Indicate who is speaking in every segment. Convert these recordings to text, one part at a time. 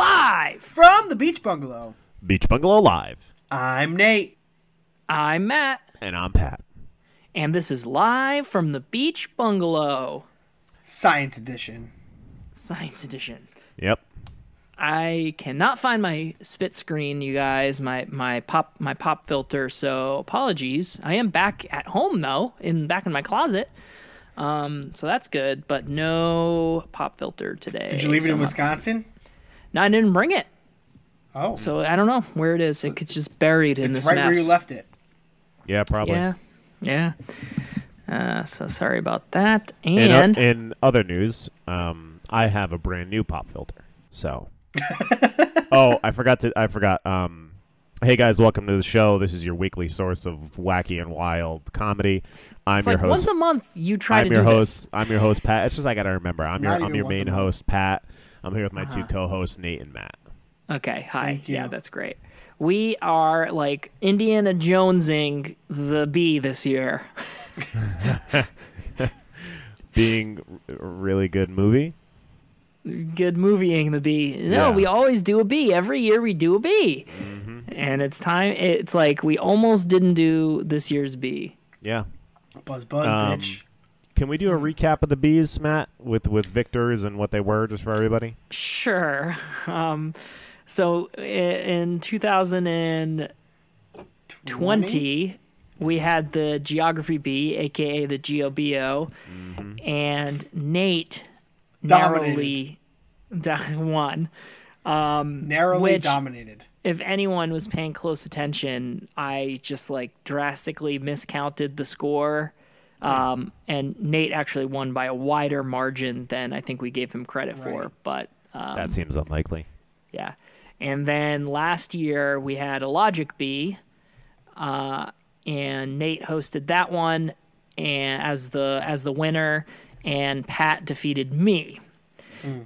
Speaker 1: Live from the Beach Bungalow.
Speaker 2: Beach Bungalow Live.
Speaker 1: I'm Nate.
Speaker 3: I'm Matt,
Speaker 2: And I'm Pat.
Speaker 3: and this is live from the Beach Bungalow,
Speaker 1: Science Edition.
Speaker 3: Science Edition.
Speaker 2: Yep.
Speaker 3: I cannot find my spit screen, you guys, my my pop my pop filter. So apologies. I am back at home though, in back in my closet. Um, so that's good, but no pop filter today.
Speaker 1: Did you leave
Speaker 3: so
Speaker 1: it in
Speaker 3: I'm not-
Speaker 1: Wisconsin?
Speaker 3: No, I didn't bring it.
Speaker 1: Oh,
Speaker 3: So I don't know where it is. It's just buried in
Speaker 1: it's
Speaker 3: this
Speaker 1: right
Speaker 3: mess.
Speaker 1: where you left it.
Speaker 2: Yeah, probably.
Speaker 3: Yeah, yeah. Uh, so sorry about that.
Speaker 2: In, o-
Speaker 3: And,
Speaker 2: uh, in other news, um, I have a brand new pop filter. So. oh, I forgot to. I forgot. Um, hey guys, welcome to the show. This is your weekly source of wacky and wild comedy. I'm
Speaker 3: it's
Speaker 2: your
Speaker 3: like
Speaker 2: host.
Speaker 3: once a month you try
Speaker 2: I'm
Speaker 3: to
Speaker 2: your
Speaker 3: do
Speaker 2: host. I'm your host, Pat. It's just I gotta remember. I'm your.
Speaker 1: not
Speaker 2: I'm
Speaker 1: even
Speaker 2: your
Speaker 1: once a
Speaker 2: main
Speaker 1: month. Uh-huh.
Speaker 2: host, Pat. I'm here with my two co-hosts, Nate and Matt.
Speaker 3: this. Okay, hi.
Speaker 1: Thank you.
Speaker 3: Yeah, that's great. We are like Indiana Jonesing the bee this year.
Speaker 2: Being r- a really good movie.
Speaker 3: Good movieing the bee. No,
Speaker 2: Yeah.
Speaker 3: we always do a bee. Every year we do a bee. And it's time it's like we almost didn't do this year's bee.
Speaker 2: Yeah.
Speaker 1: Buzz, buzz,
Speaker 2: Um,
Speaker 1: bitch.
Speaker 2: Can we do a recap of the bees, Matt, with with victors and what they were, just for everybody?
Speaker 3: Sure. Um so i- in 2020 we had the geography bee aka the GOBO and Nate narrowly di- won.
Speaker 1: Narrowly
Speaker 3: which-
Speaker 1: dominated.
Speaker 3: If anyone was paying close attention, I just like drastically miscounted the score. Um, and Nate actually won by a wider margin than I think we gave him credit
Speaker 1: Right.
Speaker 3: for. But
Speaker 2: that seems unlikely.
Speaker 3: Yeah. And then last year we had a Logic Bee, uh, and Nate hosted that one and as the as the winner, and Pat defeated me,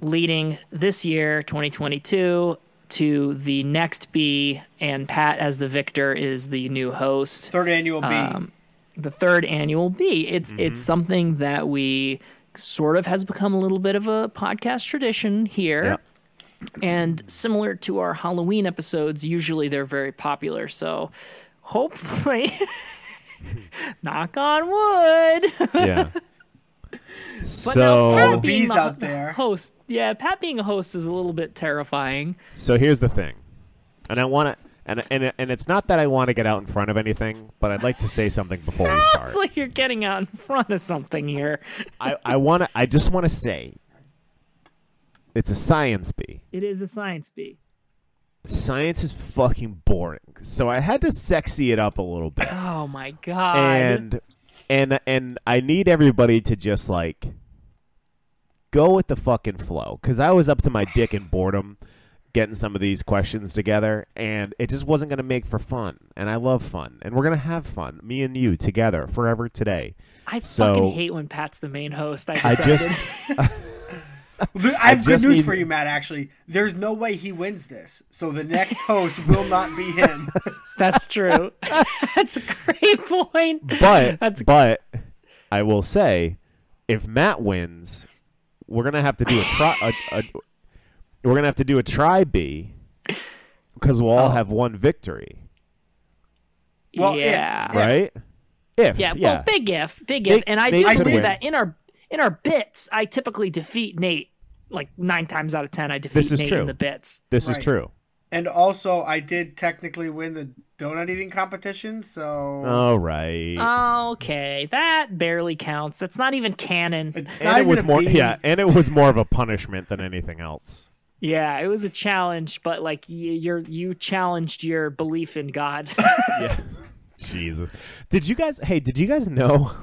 Speaker 3: leading this year 2022 to the next bee, and Pat as the victor is the new host
Speaker 1: Third annual B.
Speaker 3: um, the third annual B. It's it's something that we sort of has become a little bit of a podcast tradition here.
Speaker 2: Yeah.
Speaker 3: And similar to our Halloween episodes, usually they're very popular. So hopefully knock on wood.
Speaker 2: Yeah.
Speaker 3: But now Pat
Speaker 2: so
Speaker 3: being
Speaker 1: bees
Speaker 3: the
Speaker 1: out there.
Speaker 3: Host. Yeah, Pat being a host is a little bit terrifying.
Speaker 2: so here's the thing, and I want to. And, and, and it's not that I want to get out in front of anything, but I'd like to say something before we start.
Speaker 3: It's like you're getting out in front of something here.
Speaker 2: I, I want to. I just want to say, it's a science bee.
Speaker 3: It is a science bee.
Speaker 2: Science is fucking boring, so I had to sexy it up a little bit.
Speaker 3: Oh my god.
Speaker 2: and and and I need everybody to just like go with the fucking flow because I was up to my dick in boredom getting some of these questions together and it just wasn't going to make for fun and I love fun and we're going to have fun me and you together forever today
Speaker 3: I
Speaker 2: So-
Speaker 3: fucking hate when Pat's the main host. I,
Speaker 2: I
Speaker 3: decided.
Speaker 2: just
Speaker 1: There- I have good
Speaker 2: just
Speaker 1: news
Speaker 2: need-
Speaker 1: for you, Matt. Actually, there's no way he wins this, so the next host will not be him.
Speaker 3: that's true. that's a great point.
Speaker 2: but
Speaker 3: That's-
Speaker 2: but I will say if Matt wins we're going to have to do a try a, a, we're going to have to do a try B because we'll
Speaker 3: Oh.
Speaker 2: all have one victory
Speaker 1: Well, if-
Speaker 3: yeah.
Speaker 1: Yeah.
Speaker 2: right? If
Speaker 3: yeah,
Speaker 2: yeah,
Speaker 3: Well, big if, big if,
Speaker 2: Nate-
Speaker 3: and I
Speaker 2: Nate
Speaker 3: do
Speaker 2: could
Speaker 3: believe
Speaker 2: win.
Speaker 3: that in our in our bits, I typically defeat Nate. Like nine times out of ten, I defeat
Speaker 2: This is
Speaker 3: Nate
Speaker 2: true.
Speaker 3: in the bits.
Speaker 2: this
Speaker 1: Right.
Speaker 2: is true.
Speaker 1: And also, I did technically win the donut eating competition, so
Speaker 2: All right,
Speaker 3: Okay, that barely counts. That's not even canon.
Speaker 1: it's not
Speaker 2: and it
Speaker 1: even
Speaker 2: was
Speaker 1: a
Speaker 2: more
Speaker 1: B.
Speaker 2: yeah, and it was more of a punishment than anything else.
Speaker 3: Yeah, it was a challenge, but like you, you're you challenged your belief in God.
Speaker 2: Yeah, Jesus. Did you guys? Hey, did you guys know?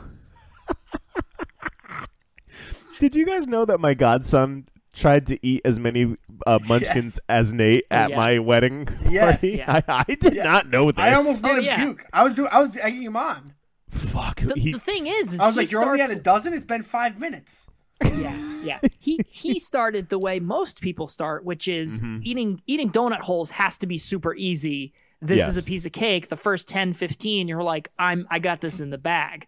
Speaker 2: did you guys know that my godson tried to eat as many uh, munchkins as Nate at
Speaker 3: Oh, yeah.
Speaker 2: my wedding
Speaker 1: Yes.
Speaker 2: party?
Speaker 3: Yeah.
Speaker 2: I, I did not know this.
Speaker 1: I almost made
Speaker 3: Oh,
Speaker 1: him
Speaker 3: yeah.
Speaker 1: puke. I was doing. I was egging him on.
Speaker 2: fuck.
Speaker 3: the,
Speaker 2: he,
Speaker 3: the thing is, is
Speaker 1: I was
Speaker 3: he
Speaker 1: like, "You're
Speaker 3: starts...
Speaker 1: only at a dozen. It's been five minutes."
Speaker 3: yeah yeah he he started the way most people start which is
Speaker 2: Mm-hmm.
Speaker 3: eating eating donut holes has to be super easy this is a
Speaker 2: Yes.
Speaker 3: piece of cake the first 10 15 you're like i'm i got this in the bag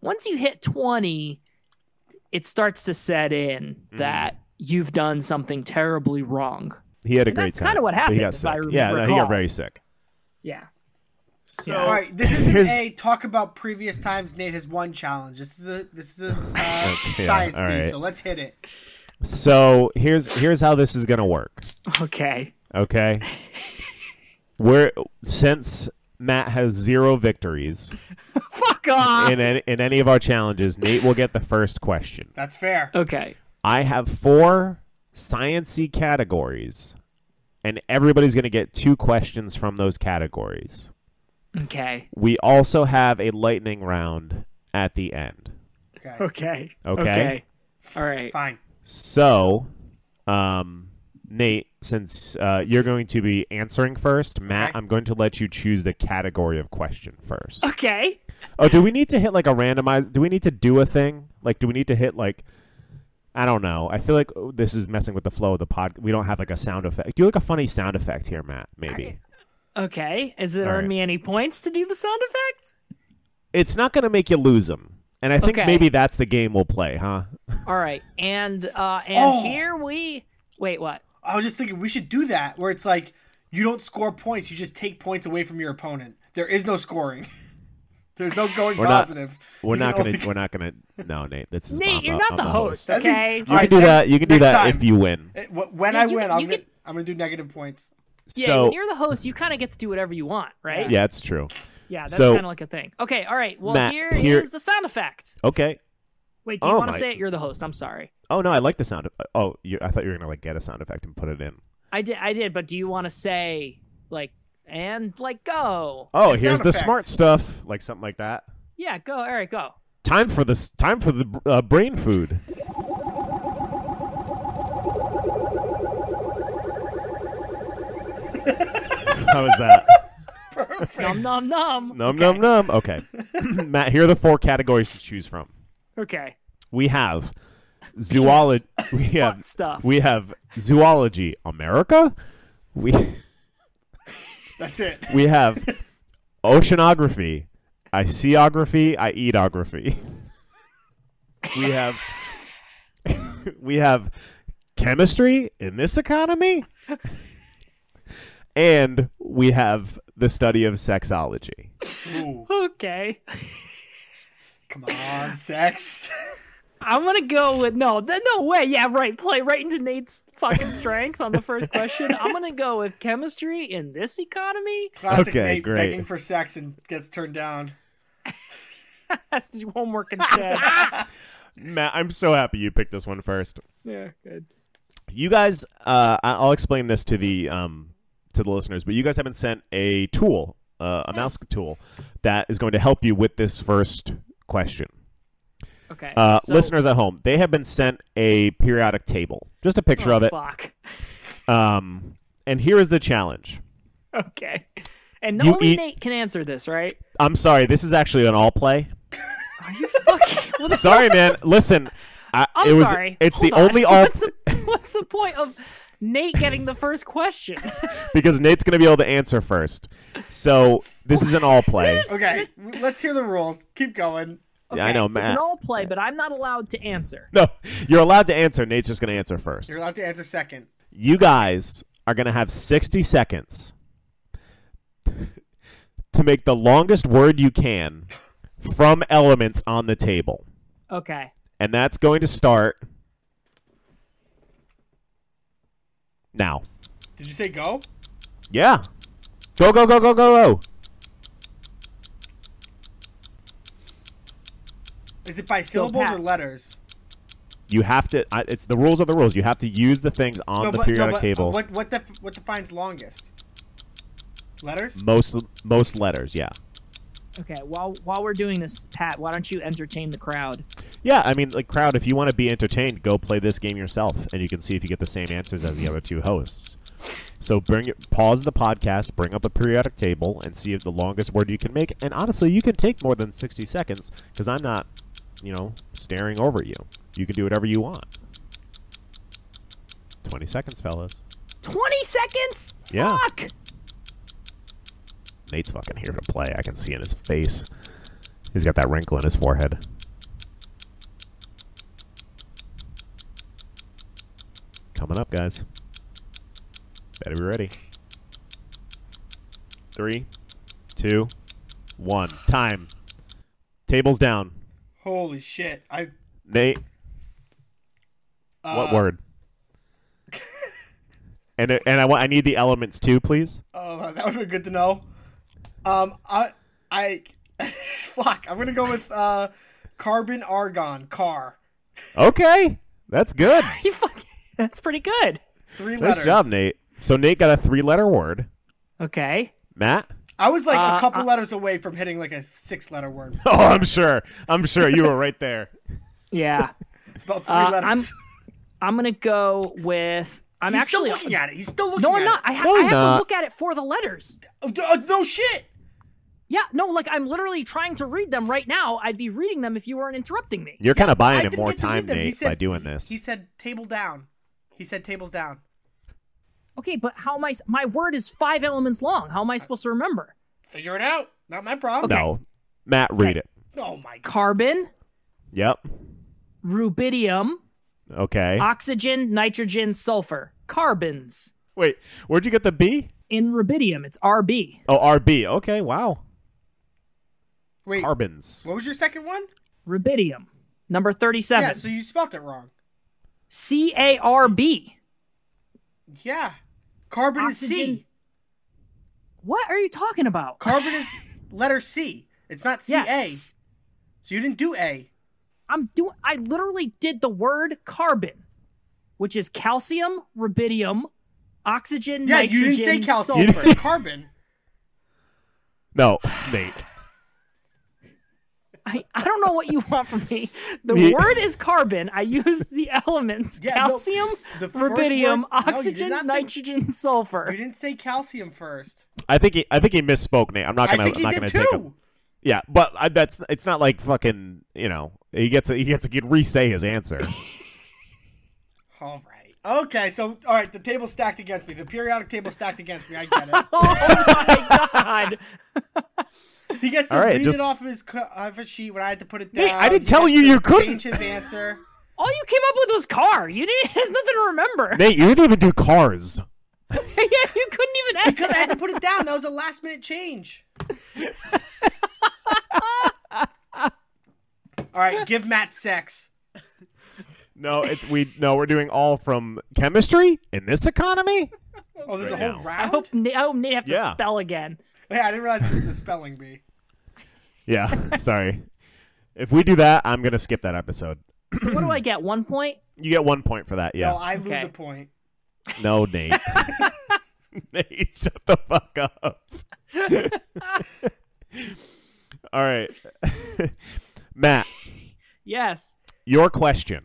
Speaker 3: once you hit 20
Speaker 2: Mm.
Speaker 3: it starts to set in that you've done something terribly wrong
Speaker 2: He had a
Speaker 3: And
Speaker 2: great
Speaker 3: that's
Speaker 2: time.
Speaker 3: kinda what
Speaker 2: but
Speaker 3: happened,
Speaker 2: He got
Speaker 3: if
Speaker 2: sick.
Speaker 3: I
Speaker 2: yeah,
Speaker 3: remember
Speaker 2: no, he got
Speaker 3: recall.
Speaker 2: very sick.
Speaker 3: Yeah.
Speaker 4: So
Speaker 1: All right, this isn't
Speaker 2: Here's-
Speaker 1: a talk about previous times Nate has won challenge. This is a this is a uh,
Speaker 2: yeah,
Speaker 1: science
Speaker 2: all right.
Speaker 1: piece, so let's hit it.
Speaker 2: So here's here's how this is gonna work.
Speaker 3: Okay.
Speaker 2: Okay, we're since Matt has zero victories
Speaker 3: Fuck off.
Speaker 2: in any, in any of our challenges, Nate will get the first question.
Speaker 1: That's fair.
Speaker 3: okay.
Speaker 2: I have four sciency categories, and everybody's gonna get two questions from those categories.
Speaker 3: Okay.
Speaker 2: We also have a lightning round at the end.
Speaker 1: Okay,
Speaker 3: Okay.
Speaker 2: Okay.
Speaker 3: All right.
Speaker 1: fine.
Speaker 2: So, um, Nate, since uh, you're going to be answering first, Matt,
Speaker 1: Okay.
Speaker 2: I'm going to let you choose the category of question first.
Speaker 3: Okay.
Speaker 2: oh, do we need to hit like a randomized? Do we need to do a thing? Like, do we need to hit like? I don't know. I feel like oh, this is messing with the flow of the pod. We don't have like a sound effect. Do like a funny sound effect here, Matt? Maybe
Speaker 3: Okay. Is it
Speaker 2: All
Speaker 3: earn
Speaker 2: right.
Speaker 3: me any points to do the sound effect?
Speaker 2: it's not going to make you lose them. And I think
Speaker 3: Okay.
Speaker 2: maybe that's the game we'll play, huh?
Speaker 3: All right. And uh and
Speaker 1: Oh.
Speaker 3: here we wait, what?
Speaker 1: I was just thinking we should do that where it's like you don't score points, you just take points away from your opponent. There is no scoring. There's no going
Speaker 2: We're not-
Speaker 1: positive.
Speaker 2: We're
Speaker 1: You
Speaker 2: not
Speaker 1: can
Speaker 2: gonna.
Speaker 1: only-
Speaker 2: We're not gonna. No, Nate. This is
Speaker 3: Nate,
Speaker 2: I'm
Speaker 3: you're
Speaker 2: a-
Speaker 3: not
Speaker 2: I'm
Speaker 3: the host,
Speaker 1: That'd be-
Speaker 3: okay?
Speaker 2: You
Speaker 1: All
Speaker 2: can
Speaker 1: right,
Speaker 2: do
Speaker 1: next-
Speaker 2: that. You can do
Speaker 1: next
Speaker 2: that
Speaker 1: time.
Speaker 2: if you win.
Speaker 1: Eh, wh- When
Speaker 3: Yeah,
Speaker 1: I
Speaker 3: you-
Speaker 1: win,
Speaker 3: you
Speaker 1: I'm
Speaker 3: can-
Speaker 1: gonna, I'm gonna do negative points.
Speaker 3: Yeah,
Speaker 2: so
Speaker 3: when you're the host, you kind of get to do whatever you want, right?
Speaker 2: yeah, it's true.
Speaker 3: Yeah, that's
Speaker 2: So-
Speaker 3: kind of like a thing. Okay, all right. Well,
Speaker 2: Matt,
Speaker 3: here is
Speaker 2: here-
Speaker 3: the sound effect.
Speaker 2: Okay.
Speaker 3: Wait, do you
Speaker 2: Oh
Speaker 3: want
Speaker 2: my-
Speaker 3: to say it? You're the host. I'm sorry.
Speaker 2: Oh no, I like the sound. Of, oh, you, I thought you were gonna like get a sound effect and put it in.
Speaker 3: I did. I did. But do you want to say like and like go?
Speaker 2: Oh,
Speaker 1: It's
Speaker 2: here's
Speaker 1: sound
Speaker 2: the
Speaker 1: effect.
Speaker 2: smart stuff, like something like that.
Speaker 3: Yeah, go. All right, go.
Speaker 2: Time for this. Time for the uh, brain food. How was that?
Speaker 3: Nom nom nom. okay.
Speaker 2: Num num num. Okay, Matt. Here are the four categories to choose from.
Speaker 3: Okay.
Speaker 2: We have zoology. We have
Speaker 3: Fuck stuff.
Speaker 2: We have zoology America. We
Speaker 1: That's it.
Speaker 2: we have oceanography, iceography, iedography. We have we have chemistry in this economy, and we have the study of sexology.
Speaker 1: Ooh,
Speaker 3: Okay.
Speaker 1: come on, sex.
Speaker 3: I'm gonna go with no. Th- no way. Yeah, right. Play right into Nate's fucking strength on the first question. I'm gonna go with chemistry in this economy.
Speaker 1: Classic
Speaker 2: Okay,
Speaker 1: Nate
Speaker 2: great.
Speaker 1: begging for sex and gets turned down.
Speaker 3: Has to do homework instead.
Speaker 2: Matt, I'm so happy you picked this one first.
Speaker 3: yeah, good.
Speaker 2: You guys, uh, I- I'll explain this to the um, to the listeners, but you guys haven't sent a tool, uh, a mouse tool, that is going to help you with this first question.
Speaker 3: Okay.
Speaker 2: Uh,
Speaker 3: so-
Speaker 2: listeners at home, they have been sent a periodic table, just a picture
Speaker 3: oh,
Speaker 2: of it.
Speaker 3: Fuck.
Speaker 2: Um, and here is the challenge.
Speaker 3: Okay. And
Speaker 2: You
Speaker 3: only
Speaker 2: eat-
Speaker 3: Nate can answer this, right?
Speaker 2: I'm sorry, this is actually an all play.
Speaker 3: Are you fucking? What the-
Speaker 2: Sorry, man. Listen, I,
Speaker 3: I'm
Speaker 2: it was.
Speaker 3: sorry.
Speaker 2: It's
Speaker 3: Hold
Speaker 2: the
Speaker 3: on.
Speaker 2: only all
Speaker 3: What's the, what's the point of Nate getting the first question?
Speaker 2: because Nate's going to be able to answer first. So this is an all play.
Speaker 1: Okay, w- let's hear the rules. Keep going.
Speaker 2: Yeah, I know,
Speaker 3: It's
Speaker 2: Matt.
Speaker 3: an all play, but I'm not allowed to answer.
Speaker 2: No, you're allowed to answer. Nate's just going to answer first.
Speaker 1: You're allowed to answer second.
Speaker 2: You guys are going to have 60 seconds to make the longest word you can from elements on the table.
Speaker 3: Okay.
Speaker 2: And that's going to start now.
Speaker 1: Did you say go?
Speaker 2: Yeah. Go, go, go, go, go, go.
Speaker 1: Is it by syllables or
Speaker 3: Pat.
Speaker 1: letters?
Speaker 2: You have to, I, it's the rules are the rules. You have to use the things on the
Speaker 1: but-
Speaker 2: periodic
Speaker 1: but,
Speaker 2: table.
Speaker 1: What what def- what defines longest? Letters?
Speaker 2: most most letters, yeah.
Speaker 3: Okay. While while we're doing this, Pat, why don't you entertain the crowd?
Speaker 2: Yeah, I mean, like, crowd, if you want to be entertained, go play this game yourself, and you can see if you get the same answers as the other two hosts. So bring your, pause the podcast, bring up a periodic table, and see if the longest word you can make. And honestly, you can take more than 60 seconds, because I'm not, you know, staring over you. You can do whatever you want. 20 seconds, fellas.
Speaker 3: Twenty seconds.
Speaker 2: Yeah.
Speaker 3: Fuck.
Speaker 2: Nate's fucking here to play. I can see in his face. He's got that wrinkle in his forehead. Coming up, guys. Better be ready. Three, two, one. Time. Tables down.
Speaker 1: Holy shit! I
Speaker 2: Nate,
Speaker 1: uh,
Speaker 2: what word? and it- and I want I need the elements too, please.
Speaker 1: Oh, that would be good to know. Um, I, I, fuck. I'm gonna go with uh, carbon argon car.
Speaker 2: Okay, that's good.
Speaker 3: You fucking, that's pretty good.
Speaker 1: Three
Speaker 2: nice
Speaker 1: letters.
Speaker 2: job, Nate. So Nate got a three-letter word.
Speaker 3: Okay.
Speaker 2: Matt.
Speaker 1: I was like
Speaker 3: Uh,
Speaker 1: a couple letters away from hitting like a six-letter word.
Speaker 2: Oh, I'm sure. I'm sure you were right there.
Speaker 3: Yeah.
Speaker 1: About three
Speaker 3: Uh,
Speaker 1: letters.
Speaker 3: I'm gonna go with. I'm
Speaker 1: He's
Speaker 3: actually
Speaker 1: still looking at it. He's still looking.
Speaker 3: No, I'm
Speaker 1: at
Speaker 3: not. I, ha-
Speaker 2: No,
Speaker 3: I
Speaker 2: he's
Speaker 3: have to
Speaker 2: not.
Speaker 3: look at it for the letters.
Speaker 1: It. Uh, no shit.
Speaker 3: Yeah, no, like I'm literally trying to read them right now. I'd be reading them if you weren't interrupting me.
Speaker 2: You're kind of
Speaker 1: I
Speaker 2: buying him
Speaker 1: didn't
Speaker 2: more
Speaker 1: get to read
Speaker 2: time,
Speaker 1: them. He
Speaker 2: Nate, by
Speaker 1: said-
Speaker 2: doing this.
Speaker 1: He said table down. He said tables down.
Speaker 3: Okay, but how am I? s- My word is five elements long. How am I supposed to remember?
Speaker 1: Figure it out. Not my problem.
Speaker 2: No, Matt, read it.
Speaker 1: Oh my god.
Speaker 3: Carbon,
Speaker 2: Yep.
Speaker 3: rubidium,
Speaker 2: Okay.
Speaker 3: oxygen, nitrogen, sulfur. Carbons
Speaker 2: Wait, where'd you get the B?
Speaker 3: in rubidium. It's Rb.
Speaker 2: Oh, RB. Okay, wow.
Speaker 1: Wait.
Speaker 2: Carbons.
Speaker 1: What was your second one?
Speaker 3: Rubidium, number thirty-seven.
Speaker 1: Yeah. So you spelt it wrong.
Speaker 3: C A R B.
Speaker 1: Yeah. Carbon
Speaker 2: Ah,
Speaker 1: is C.
Speaker 3: Oxygen. What are you talking about?
Speaker 1: Carbon is letter C. It's not C A.
Speaker 3: Yes.
Speaker 1: So you didn't do A.
Speaker 3: I'm doing. I literally did the word carbon, which is calcium, rubidium, oxygen.
Speaker 1: Yeah, you didn't say
Speaker 3: nitrogen,
Speaker 1: calcium. You
Speaker 2: didn't
Speaker 3: sulfur.
Speaker 1: said carbon.
Speaker 2: No, Nate.
Speaker 3: I, I don't know what you want from me. The
Speaker 2: Yeah.
Speaker 3: word is carbon. I used the elements
Speaker 1: Yeah, no,
Speaker 3: calcium,
Speaker 1: the first
Speaker 3: rubidium,
Speaker 1: word- no, you did
Speaker 3: oxygen,
Speaker 1: not say-
Speaker 3: nitrogen,
Speaker 1: You
Speaker 3: sulfur.
Speaker 1: didn't say calcium first.
Speaker 2: I think he, I think he misspoke, Nate. I'm not
Speaker 1: I
Speaker 2: gonna.
Speaker 1: think
Speaker 2: I'm
Speaker 1: you
Speaker 2: not
Speaker 1: did
Speaker 2: gonna
Speaker 1: too.
Speaker 2: take him. Yeah, but I, that's it's not like fucking. You know, he gets a, he gets a, he re-say his answer.
Speaker 1: All right. Okay. So all right, the table stacked against me. The periodic table stacked against me. I get it.
Speaker 3: Oh my god!
Speaker 1: He gets to
Speaker 2: All right,
Speaker 1: read
Speaker 2: just-
Speaker 1: it off of his co- off his sheet when I had to put it down.
Speaker 2: Nate, I didn't
Speaker 1: He
Speaker 2: tell
Speaker 1: gets
Speaker 2: you
Speaker 1: to
Speaker 2: you couldn't.
Speaker 1: change his answer.
Speaker 3: All you came up with was car. You didn't. There's nothing to remember.
Speaker 2: Nate, you didn't even do cars.
Speaker 3: yeah, you couldn't even. add
Speaker 1: Because I had to
Speaker 3: that.
Speaker 1: put it down. That was a last minute change. all right, give Matt sex.
Speaker 2: No, it's we. No, we're doing all from chemistry in this economy.
Speaker 1: Oh, there's
Speaker 2: Right
Speaker 1: a whole
Speaker 2: now.
Speaker 3: I
Speaker 1: round.
Speaker 3: hope. Na- I hope Nate have to
Speaker 2: Yeah.
Speaker 3: spell again.
Speaker 1: Yeah, I didn't realize this is a spelling bee.
Speaker 2: Yeah, sorry. If we do that, I'm gonna skip that episode.
Speaker 3: So what do I get? One point.
Speaker 2: You get one point for that.
Speaker 1: No,
Speaker 2: Yeah.
Speaker 1: Oh, I lose
Speaker 3: Okay.
Speaker 1: a point.
Speaker 2: No, Nate. Nate, shut the fuck up. All right, Matt,
Speaker 3: Yes.
Speaker 2: your question.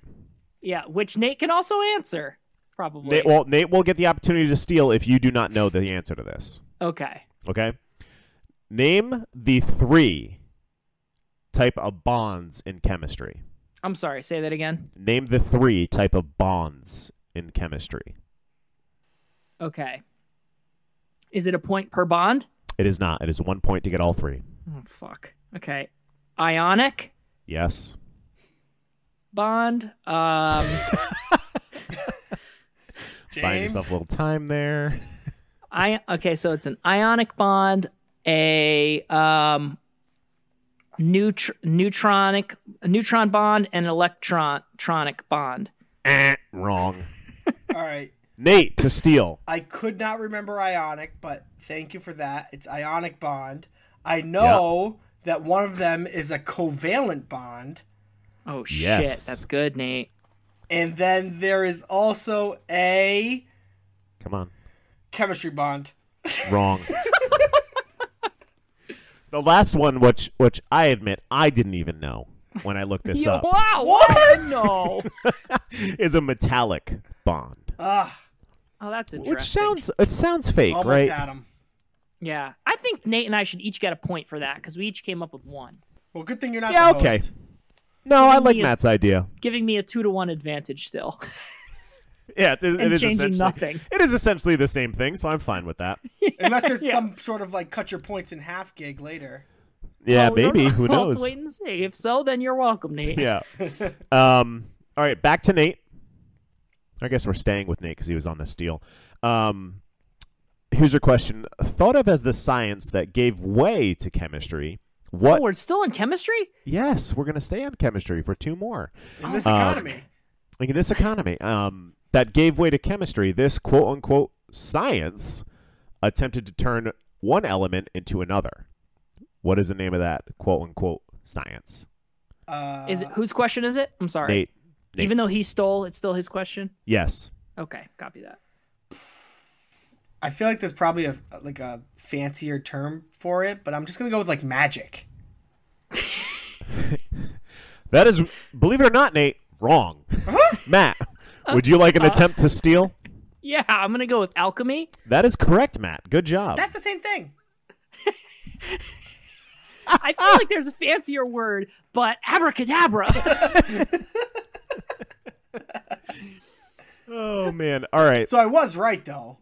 Speaker 3: Yeah, which Nate can also answer. Probably.
Speaker 2: Nate, well, Nate will get the opportunity to steal if you do not know the answer to this.
Speaker 3: okay.
Speaker 2: Okay. Name the three type of bonds in chemistry.
Speaker 3: I'm sorry. Say that again.
Speaker 2: Name the three type of bonds in chemistry.
Speaker 3: Okay. Is it a point per bond?
Speaker 2: It is not. It is one point to get all three.
Speaker 3: Oh fuck. Okay. Ionic
Speaker 2: Yes.
Speaker 3: bond. Um
Speaker 1: James,
Speaker 2: Buying yourself a little time there.
Speaker 3: I okay, so it's an ionic bond, a um neutr- neutronic neutron bond and an electronic bond.
Speaker 2: Eh, wrong.
Speaker 1: all right.
Speaker 2: Nate to steal.
Speaker 1: I could not remember ionic, but thank you for that. It's ionic bond. I know that one of them is a covalent bond,
Speaker 3: Oh
Speaker 2: Yes.
Speaker 3: shit, that's good, Nate.
Speaker 1: and then there is also a
Speaker 2: Come on.
Speaker 1: chemistry bond.
Speaker 2: Wrong. the last one, which which I admit I didn't even know when I looked this
Speaker 3: Yo,
Speaker 2: up,
Speaker 3: wow.
Speaker 1: What?
Speaker 3: No.
Speaker 2: is a metallic bond,
Speaker 1: Ah,
Speaker 3: Oh, that's interesting.
Speaker 2: which sounds it sounds fake,
Speaker 1: almost
Speaker 2: right?
Speaker 1: at him.
Speaker 3: Yeah, I think Nate and I should each get a point for that because we each came up with one,
Speaker 1: Well, good thing you're not.
Speaker 2: Yeah,
Speaker 1: the
Speaker 2: okay.
Speaker 1: host.
Speaker 2: No, I
Speaker 3: Giving
Speaker 2: like
Speaker 3: me a-
Speaker 2: Matt's idea.
Speaker 3: giving me a two to one advantage still.
Speaker 2: Yeah, it, it
Speaker 3: And
Speaker 2: is
Speaker 3: changing
Speaker 2: essentially
Speaker 3: nothing.
Speaker 2: it is essentially the same thing, so I'm fine with that.
Speaker 1: Unless there's some sort of like cut your points in half gig later.
Speaker 2: Yeah,
Speaker 3: Well, we don't
Speaker 2: maybe
Speaker 3: know.
Speaker 2: who
Speaker 3: Oh, We'll have to
Speaker 2: knows?
Speaker 3: wait and see. If so, then you're welcome, Nate.
Speaker 2: Yeah. um. All right, back to Nate. I guess we're staying with Nate because he was on the steal. Um, here's your question. Thought of as the science that gave way to chemistry, what?
Speaker 3: Oh, we're still in chemistry?
Speaker 2: yes, we're going to stay on chemistry for two more.
Speaker 1: in this
Speaker 2: Um,
Speaker 1: economy.
Speaker 2: Like in this economy, um, that gave way to chemistry. This quote unquote science attempted to turn one element into another. What is the name of that quote unquote science?
Speaker 1: Uh,
Speaker 3: Is it whose question is it? I'm sorry.
Speaker 2: Nate. Nate.
Speaker 3: Even though he stole, it's still his question.
Speaker 2: Yes.
Speaker 3: Okay, copy that.
Speaker 1: I feel like there's probably a like a fancier term for it, but I'm just gonna go with like magic.
Speaker 2: That is, believe it or not, Nate, wrong. Matt, would you like an
Speaker 1: Uh-huh.
Speaker 2: attempt to steal?
Speaker 3: Yeah, I'm gonna go with alchemy.
Speaker 2: That is correct, Matt. Good job.
Speaker 1: That's the same thing.
Speaker 3: I feel like there's a fancier word, but abracadabra.
Speaker 2: oh man. All right.
Speaker 1: So I was right though.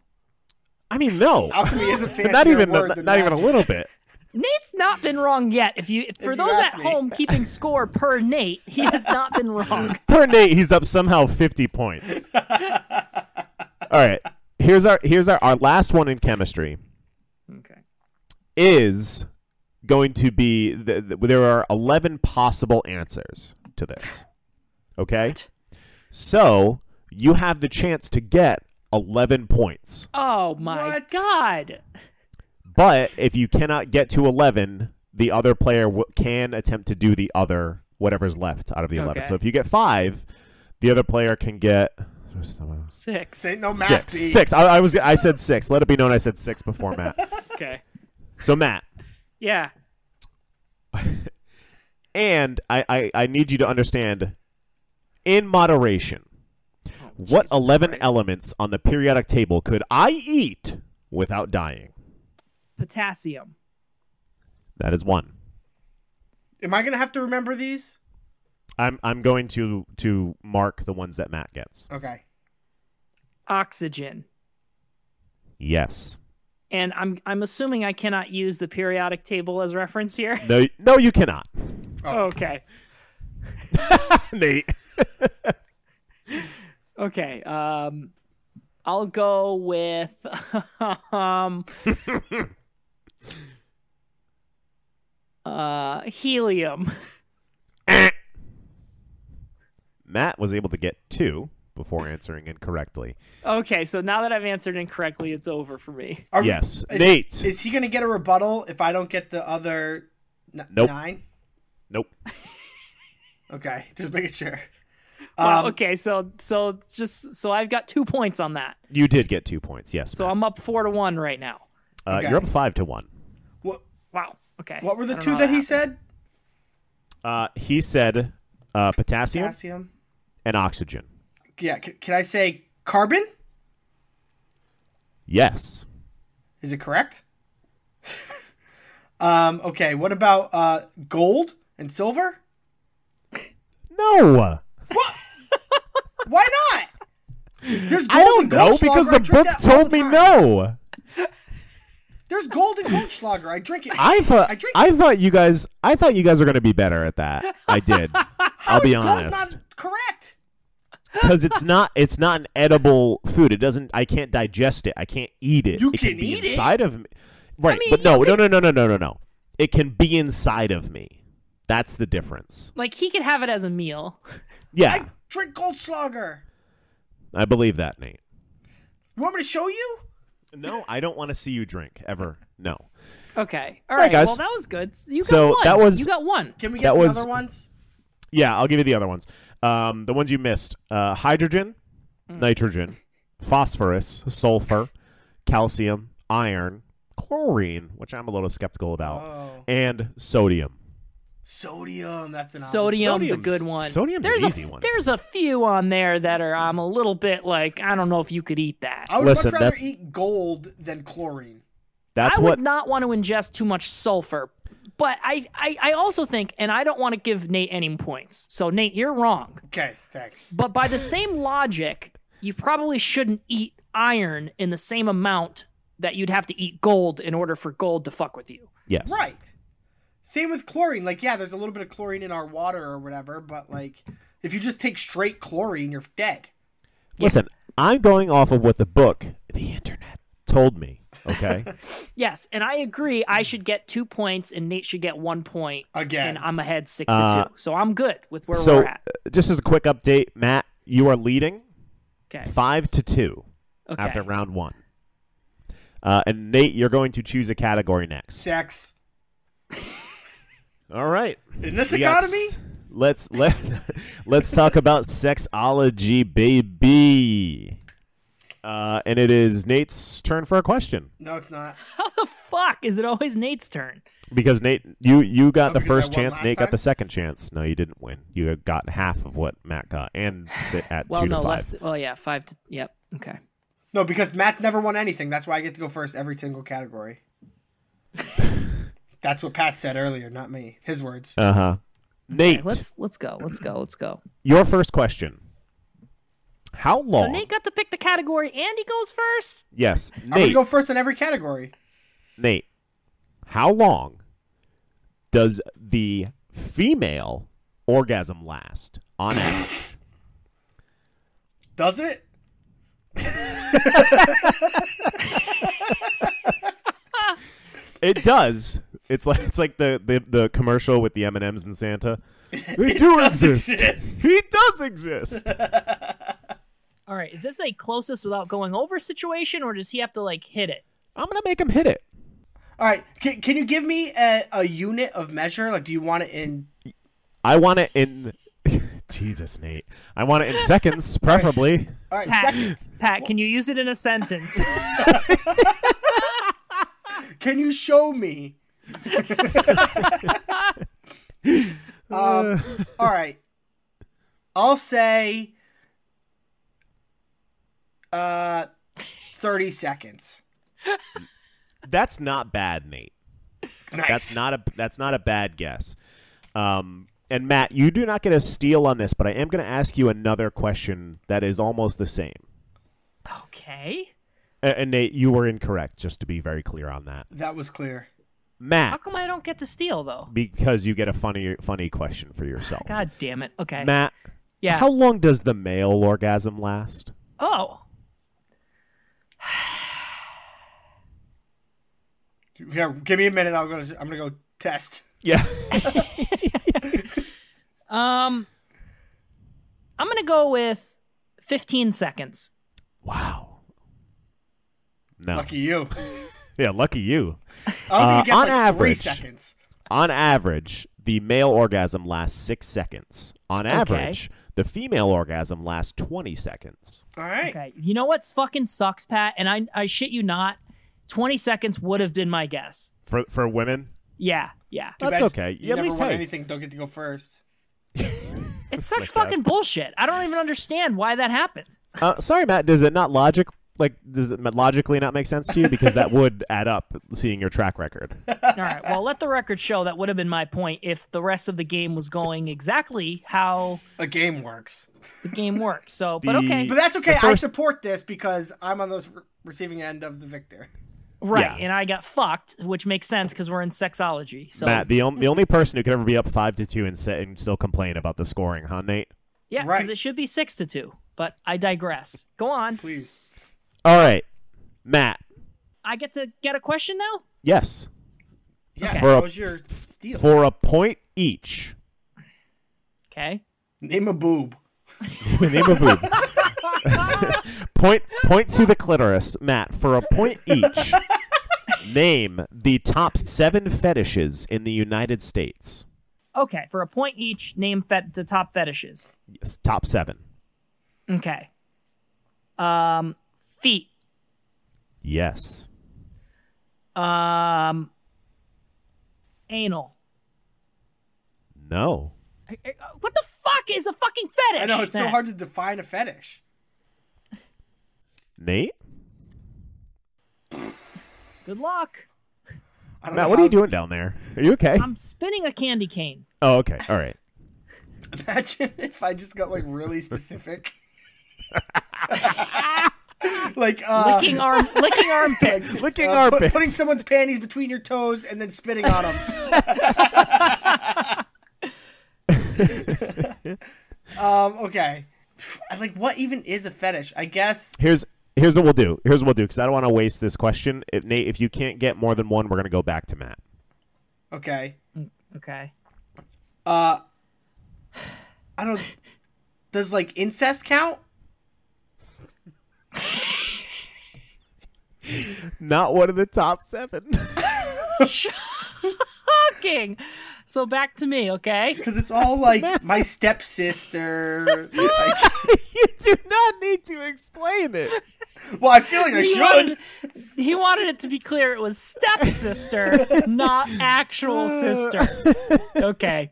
Speaker 2: I mean, no.
Speaker 1: Alchemy is a fancier
Speaker 2: not even
Speaker 1: word
Speaker 2: not,
Speaker 1: than
Speaker 2: even a
Speaker 1: magic.
Speaker 2: little bit.
Speaker 3: Nate's not been wrong yet. If you for
Speaker 1: you
Speaker 3: those at
Speaker 1: ask me.
Speaker 3: home keeping score per Nate, he has not been wrong.
Speaker 2: Per Nate, he's up somehow 50 points. All right. Here's our here's our, our last one in chemistry
Speaker 3: Okay.
Speaker 2: is going to be th- th- there are 11 possible answers to this. Okay? So, you have the chance to get 11 points.
Speaker 3: Oh my
Speaker 1: What?
Speaker 3: god.
Speaker 2: But if you cannot get to 11, the other player w- can attempt to do the other, whatever's left out of the 11.
Speaker 3: Okay.
Speaker 2: So if you get five, the other player can get.
Speaker 3: Six.
Speaker 1: Say no math.
Speaker 2: Six.
Speaker 1: B.
Speaker 2: Six. I, I was. I said six. Let it be known. I said six before Matt.
Speaker 3: Okay.
Speaker 2: so Matt,
Speaker 3: Yeah.
Speaker 2: and I, I, I need you to understand, in moderation, what
Speaker 3: Oh, Jesus
Speaker 2: eleven
Speaker 3: Christ.
Speaker 2: elements on the periodic table could I eat without dying?
Speaker 3: Potassium.
Speaker 2: That is one.
Speaker 1: Am I gonna have to remember these?
Speaker 2: I'm I'm going to to mark the ones that Matt gets.
Speaker 1: Okay.
Speaker 3: Oxygen.
Speaker 2: Yes.
Speaker 3: And I'm I'm assuming I cannot use the periodic table as reference here.
Speaker 2: No, no, you cannot,
Speaker 3: Okay.
Speaker 2: Nate.
Speaker 3: Okay. Um I'll go with um uh helium.
Speaker 2: Matt was able to get two before answering incorrectly.
Speaker 3: Okay, so now that I've answered incorrectly, it's over for me.
Speaker 1: Are-
Speaker 2: Yes,
Speaker 1: is-
Speaker 2: Nate.
Speaker 1: Is he gonna get a rebuttal if I don't get the other n-
Speaker 2: Nope.
Speaker 1: nine?
Speaker 2: nope.
Speaker 1: Okay, just making sure.
Speaker 3: Wow,
Speaker 1: Um,
Speaker 3: okay, so so it's just so I've got 2 points on that.
Speaker 2: You did get two points. Yes.
Speaker 3: So
Speaker 2: Matt.
Speaker 3: I'm up 4 to 1 right now.
Speaker 2: Uh,
Speaker 1: okay.
Speaker 2: You're up five to one.
Speaker 1: What,
Speaker 3: Wow. Okay.
Speaker 1: what were the
Speaker 3: I don't
Speaker 1: two
Speaker 3: know
Speaker 1: that he
Speaker 3: happened.
Speaker 1: said?
Speaker 2: Uh, he said uh, potassium
Speaker 1: Potassium.
Speaker 2: and oxygen.
Speaker 1: Yeah. c- can I say carbon?
Speaker 2: Yes.
Speaker 1: Is it correct? um, okay, what about uh, gold and silver? Oh
Speaker 2: No.
Speaker 1: Why not? There's gold
Speaker 2: I don't
Speaker 1: and
Speaker 2: know
Speaker 1: Goldschlager.
Speaker 2: because
Speaker 1: I
Speaker 2: the
Speaker 1: drink
Speaker 2: book
Speaker 1: that all
Speaker 2: told
Speaker 1: the
Speaker 2: me
Speaker 1: time.
Speaker 2: no.
Speaker 1: There's gold and Goldschlager. I drink it.
Speaker 2: I thought
Speaker 1: I
Speaker 2: I,
Speaker 1: drink-
Speaker 2: thought you guys I thought you guys were gonna be better at that. I did. I'll be
Speaker 1: It's gold,
Speaker 2: honest.
Speaker 1: Not correct.
Speaker 2: because it's not it's not an edible food. It doesn't. I can't digest it. I can't eat it.
Speaker 1: You
Speaker 2: it can,
Speaker 1: can
Speaker 2: be
Speaker 1: eat it.
Speaker 2: inside of me. Right,
Speaker 3: mean,
Speaker 2: but no, no, no, no, no, no, no, no. It can be inside of me. That's the difference.
Speaker 3: Like he could have it as a meal.
Speaker 2: Yeah,
Speaker 1: Drink Goldschlager.
Speaker 2: I, believe that, Nate.
Speaker 1: You want me to show you?
Speaker 2: No, I don't want to see you drink ever. No.
Speaker 3: Okay. All
Speaker 2: right,
Speaker 3: right,
Speaker 2: guys.
Speaker 3: Well, that was good. You got
Speaker 2: So
Speaker 3: one.
Speaker 2: that was-
Speaker 3: you got one.
Speaker 1: Can we get
Speaker 2: That
Speaker 1: the
Speaker 2: was-
Speaker 1: other ones?
Speaker 2: Yeah, I'll give you the other ones. Um, the ones you missed: uh, hydrogen, nitrogen, phosphorus, sulfur, calcium, iron, chlorine, which I'm a little skeptical about,
Speaker 1: Oh.
Speaker 2: and sodium.
Speaker 1: Sodium. That's an obvious-
Speaker 3: Sodium's, a
Speaker 2: Sodium's-
Speaker 3: good one.
Speaker 2: sodium's an
Speaker 3: there's
Speaker 2: easy
Speaker 3: a,
Speaker 2: one.
Speaker 3: There's a few on there that are I'm a little bit like I don't know if you could eat that.
Speaker 1: I would
Speaker 2: Listen,
Speaker 1: much rather
Speaker 2: that's-
Speaker 1: eat gold than chlorine.
Speaker 2: That's
Speaker 3: I
Speaker 2: what
Speaker 3: would not want to ingest too much sulfur. But I, I, I also think, and I don't want to give Nate any points. So Nate, you're wrong.
Speaker 1: Okay, thanks.
Speaker 3: But by the same logic, you probably shouldn't eat iron in the same amount that you'd have to eat gold in order for gold to fuck with you.
Speaker 2: Yes.
Speaker 1: Right. Same with chlorine. Like, yeah, there's a little bit of chlorine in our water or whatever, but like, if you just take straight chlorine, you're dead.
Speaker 2: Listen, I'm going off of what the book, the internet, told me. Okay.
Speaker 3: Yes, and I agree. I should get two points, and Nate should get one point,
Speaker 1: Again.
Speaker 3: and I'm ahead six
Speaker 2: Uh,
Speaker 3: to two. So I'm good with where
Speaker 2: so,
Speaker 3: we're at.
Speaker 2: uh, just as a quick update, Matt, you are leading
Speaker 3: Okay.
Speaker 2: five to two
Speaker 3: Okay.
Speaker 2: after round one. Uh, and Nate, you're going to choose a category next.
Speaker 1: Sex.
Speaker 2: All right.
Speaker 1: In this
Speaker 2: We got
Speaker 1: economy?
Speaker 2: s- Let's let let's talk about sexology, baby. Uh, and it is Nate's turn for a question
Speaker 1: No, it's not.
Speaker 3: How the fuck is it always Nate's turn?
Speaker 2: because Nate, you you got
Speaker 1: Oh,
Speaker 2: the
Speaker 1: because I
Speaker 2: first
Speaker 1: won
Speaker 2: chance.
Speaker 1: last
Speaker 2: Nate got
Speaker 1: time?
Speaker 2: the second chance. No, you didn't win. You got half of what Matt got, and sit at
Speaker 3: Well,
Speaker 2: two
Speaker 3: no,
Speaker 2: to
Speaker 3: less.
Speaker 2: five.
Speaker 3: Th- oh yeah, five to. Yep. Okay.
Speaker 1: No, because Matt's never won anything. That's why I get to go first every single category. That's what Pat said earlier, not me. His words.
Speaker 2: Uh huh. Nate,
Speaker 3: Okay, let's let's go. Let's go. Let's go.
Speaker 2: your first question. How long?
Speaker 3: So Nate got to pick the category, and he goes first.
Speaker 2: yes,
Speaker 1: I'm gonna
Speaker 2: Nate.
Speaker 1: go first in every category.
Speaker 2: Nate, how long does the female orgasm last on average?
Speaker 1: Does it?
Speaker 2: it does. It's like it's like the, the, the commercial with the M and M's and Santa. They do
Speaker 1: does
Speaker 2: exist.
Speaker 1: exist.
Speaker 2: He does exist.
Speaker 3: All right. Is this a closest without going over situation, or does he have to like hit it?
Speaker 2: I'm gonna make him hit it.
Speaker 1: All right. Can, can you give me a, a unit of measure? Like, do you want it in?
Speaker 2: I want it in. Jesus, Nate. I want it in seconds, preferably.
Speaker 1: All right,
Speaker 3: Pat,
Speaker 1: seconds.
Speaker 3: Pat, can you use it in a sentence?
Speaker 1: Can you show me? um, all right. I'll say uh 30 seconds.
Speaker 2: That's not bad, Nate.
Speaker 1: Nice.
Speaker 2: That's not a that's not a bad guess. Um, and Matt, you do not get a steal on this, but I am going to ask you another question that is almost the same.
Speaker 3: okay.
Speaker 2: A- And Nate, you were incorrect, just to be very clear on that.
Speaker 1: That was clear.
Speaker 3: How
Speaker 2: Matt,
Speaker 3: come I don't get to steal though?
Speaker 2: because you get a funny funny question for yourself.
Speaker 3: God damn it. Okay.
Speaker 2: Matt,
Speaker 3: yeah.
Speaker 2: how long does the male orgasm last?
Speaker 3: oh.
Speaker 1: Here, give me a minute. I'll go I'm going to go test.
Speaker 2: Yeah.
Speaker 3: Um. I'm gonna go with 15 seconds.
Speaker 2: wow. No.
Speaker 1: Lucky you.
Speaker 2: Yeah, lucky you.
Speaker 1: I was going
Speaker 2: Uh,
Speaker 1: to guess
Speaker 2: on
Speaker 1: like three
Speaker 2: average.
Speaker 1: seconds.
Speaker 2: On average, the male orgasm lasts six seconds. On average, the female orgasm lasts 20 seconds.
Speaker 1: All right.
Speaker 3: Okay. You know what's fucking sucks, Pat? And I I shit you not, 20 seconds would have been my guess.
Speaker 2: For, for women?
Speaker 3: Yeah. Yeah.
Speaker 1: Too
Speaker 2: That's
Speaker 1: bad
Speaker 2: okay.
Speaker 1: You
Speaker 2: Yeah, at
Speaker 1: never
Speaker 2: least,
Speaker 1: won
Speaker 2: hey.
Speaker 1: anything. Don't get to go first.
Speaker 3: It's such
Speaker 2: God.
Speaker 3: fucking bullshit. I don't even understand why that happened.
Speaker 2: Uh, sorry, Matt, does it not logic like does it logically not make sense to you because that would add up seeing your track record.
Speaker 3: All right. Well, let the record show that would have been my point if the rest of the game was going exactly how
Speaker 1: A game works.
Speaker 3: the game works. So, but
Speaker 2: The-
Speaker 3: okay.
Speaker 1: But that's okay. I
Speaker 2: first-
Speaker 1: support this because I'm on the re- receiving end of the victor.
Speaker 3: Right.
Speaker 2: yeah.
Speaker 3: And I got fucked, which makes sense because we're in sexology. So,
Speaker 2: Matt, the, on- the only person who could ever be up 5 to 2 and, sit and still complain about the scoring, huh, Nate?
Speaker 3: yeah, because
Speaker 1: Right.
Speaker 3: it should be six to two, but I digress. Go on.
Speaker 1: Please.
Speaker 2: All right. Matt.
Speaker 3: I get to get a question now?
Speaker 2: Yes.
Speaker 1: Yeah,
Speaker 3: Okay.
Speaker 1: okay.
Speaker 2: For a-
Speaker 1: was your steal?
Speaker 2: For a point each.
Speaker 3: Okay.
Speaker 1: Name a boob.
Speaker 2: Name a boob. point point to the clitoris, Matt, for a point each. Name the top seven fetishes in the United States.
Speaker 3: Okay. For a point each, name fet- the top fetishes.
Speaker 2: Yes, top seven.
Speaker 3: Okay. Um, feet.
Speaker 2: Yes.
Speaker 3: Um, anal.
Speaker 2: No.
Speaker 3: I- I- What the fuck is a fucking fetish?
Speaker 1: I know it's so
Speaker 3: Matt?
Speaker 1: hard to define a fetish.
Speaker 2: Nate.
Speaker 3: Good luck.
Speaker 1: I don't
Speaker 2: Matt,
Speaker 1: know
Speaker 2: what
Speaker 1: how
Speaker 2: are you doing down there? Are you okay?
Speaker 3: I'm spinning a candy cane.
Speaker 2: oh, okay. All right.
Speaker 1: Imagine if I just got like really specific. like uh,
Speaker 3: Licking arm, licking armpits.
Speaker 2: Licking
Speaker 1: uh,
Speaker 2: our
Speaker 1: put-
Speaker 2: armpits.
Speaker 1: putting someone's panties between your toes and then spitting on them. um. Okay. Like, what even is a fetish? I guess
Speaker 2: Here's here's what we'll do. Here's what we'll do because I don't want to waste this question. If Nate, if you can't get more than one, we're gonna go back to Matt.
Speaker 1: Okay.
Speaker 3: Okay.
Speaker 1: Uh, I don't. Does like incest count?
Speaker 2: Not one of the top seven.
Speaker 3: Shocking. So back to me, okay?
Speaker 1: Because it's all like my stepsister. like-
Speaker 2: you do not need to explain it.
Speaker 1: well, I feel like I
Speaker 3: He
Speaker 1: should.
Speaker 3: wanted- he wanted it to be clear it was stepsister, not actual sister. Okay.